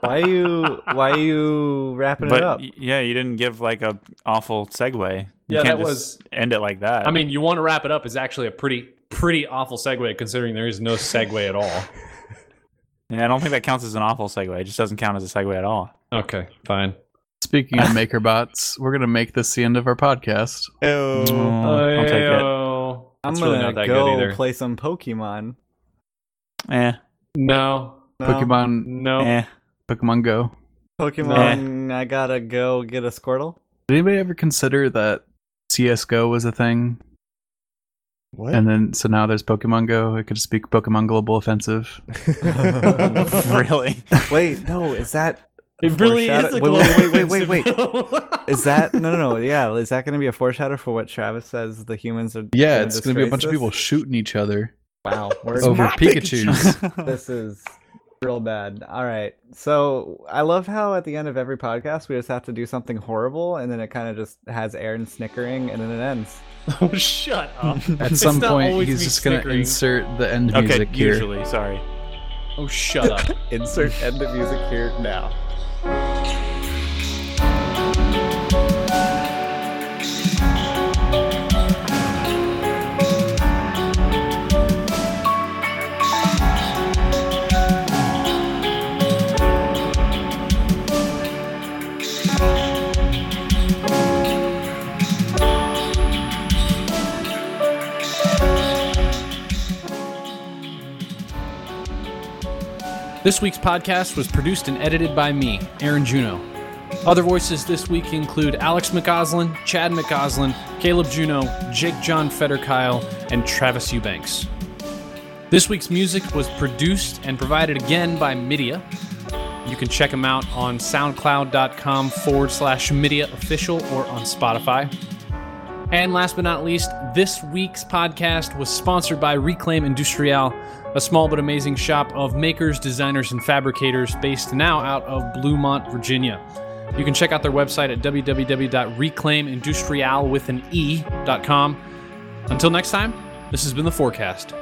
Why you why you wrapping
but
it up?
y- yeah, you didn't give like a awful segue. You
Yeah,
can't
that
just end it like that.
I mean, you want to wrap it up is actually a pretty pretty awful segue considering there is no segue at all.
yeah, I don't think that counts as an awful segue. It just doesn't count as a segue at all.
Okay, fine.
Speaking of MakerBots, we're gonna make this the end of our podcast.
oh,
Mm, I'll take
Ayo.
I'm
It's
gonna
really not that
go
good either.
play some Pokemon.
it. Eh,
no,
No,
Pokemon,
no.
eh.
Pokemon Go.
Pokemon. I gotta go get a Squirtle.
Did anybody ever consider that CS:GO was a thing,
what?
and then so now there's Pokemon Go? It could just be Pokemon Global Offensive.
really?
Wait, no, is that
It really is
Foreshadow-
a
wait, wait, wait, wait, wait,
wait.
is that no, no, no? Yeah, is that gonna be a foreshadow for what Travis says the humans are?
Yeah, it's gonna be a
disgrace
bunch of
us?
people shooting each other
Wow, we're
over Pikachu's.
this is real bad. All right. So I love how at the end of every podcast we just have to do something horrible and then it kind of just has Aaron snickering and then it ends.
Oh, Shut up.
At
It's
some
not
point,
always
he's
me
just gonna
snickering.
insert the end
okay,
music here.
usually. Sorry.
Oh, shut up.
Insert end of music here now.
This week's podcast was produced and edited by me, Aaron Juno. Other voices this week include Alex McCausland, Chad McCausland, Caleb Juno, Jake John Federkyle, and Travis Eubanks. This week's music was produced and provided again by Midia. You can check them out on soundcloud.com forward slash Midia official or on Spotify. And last but not least, this week's podcast was sponsored by Reclaim Industrial, a small but amazing shop of makers, designers, and fabricators based now out of Bluemont, Virginia. You can check out their website at E www.reclaimindustrial with an e.com. Until next time, this has been The Forecast.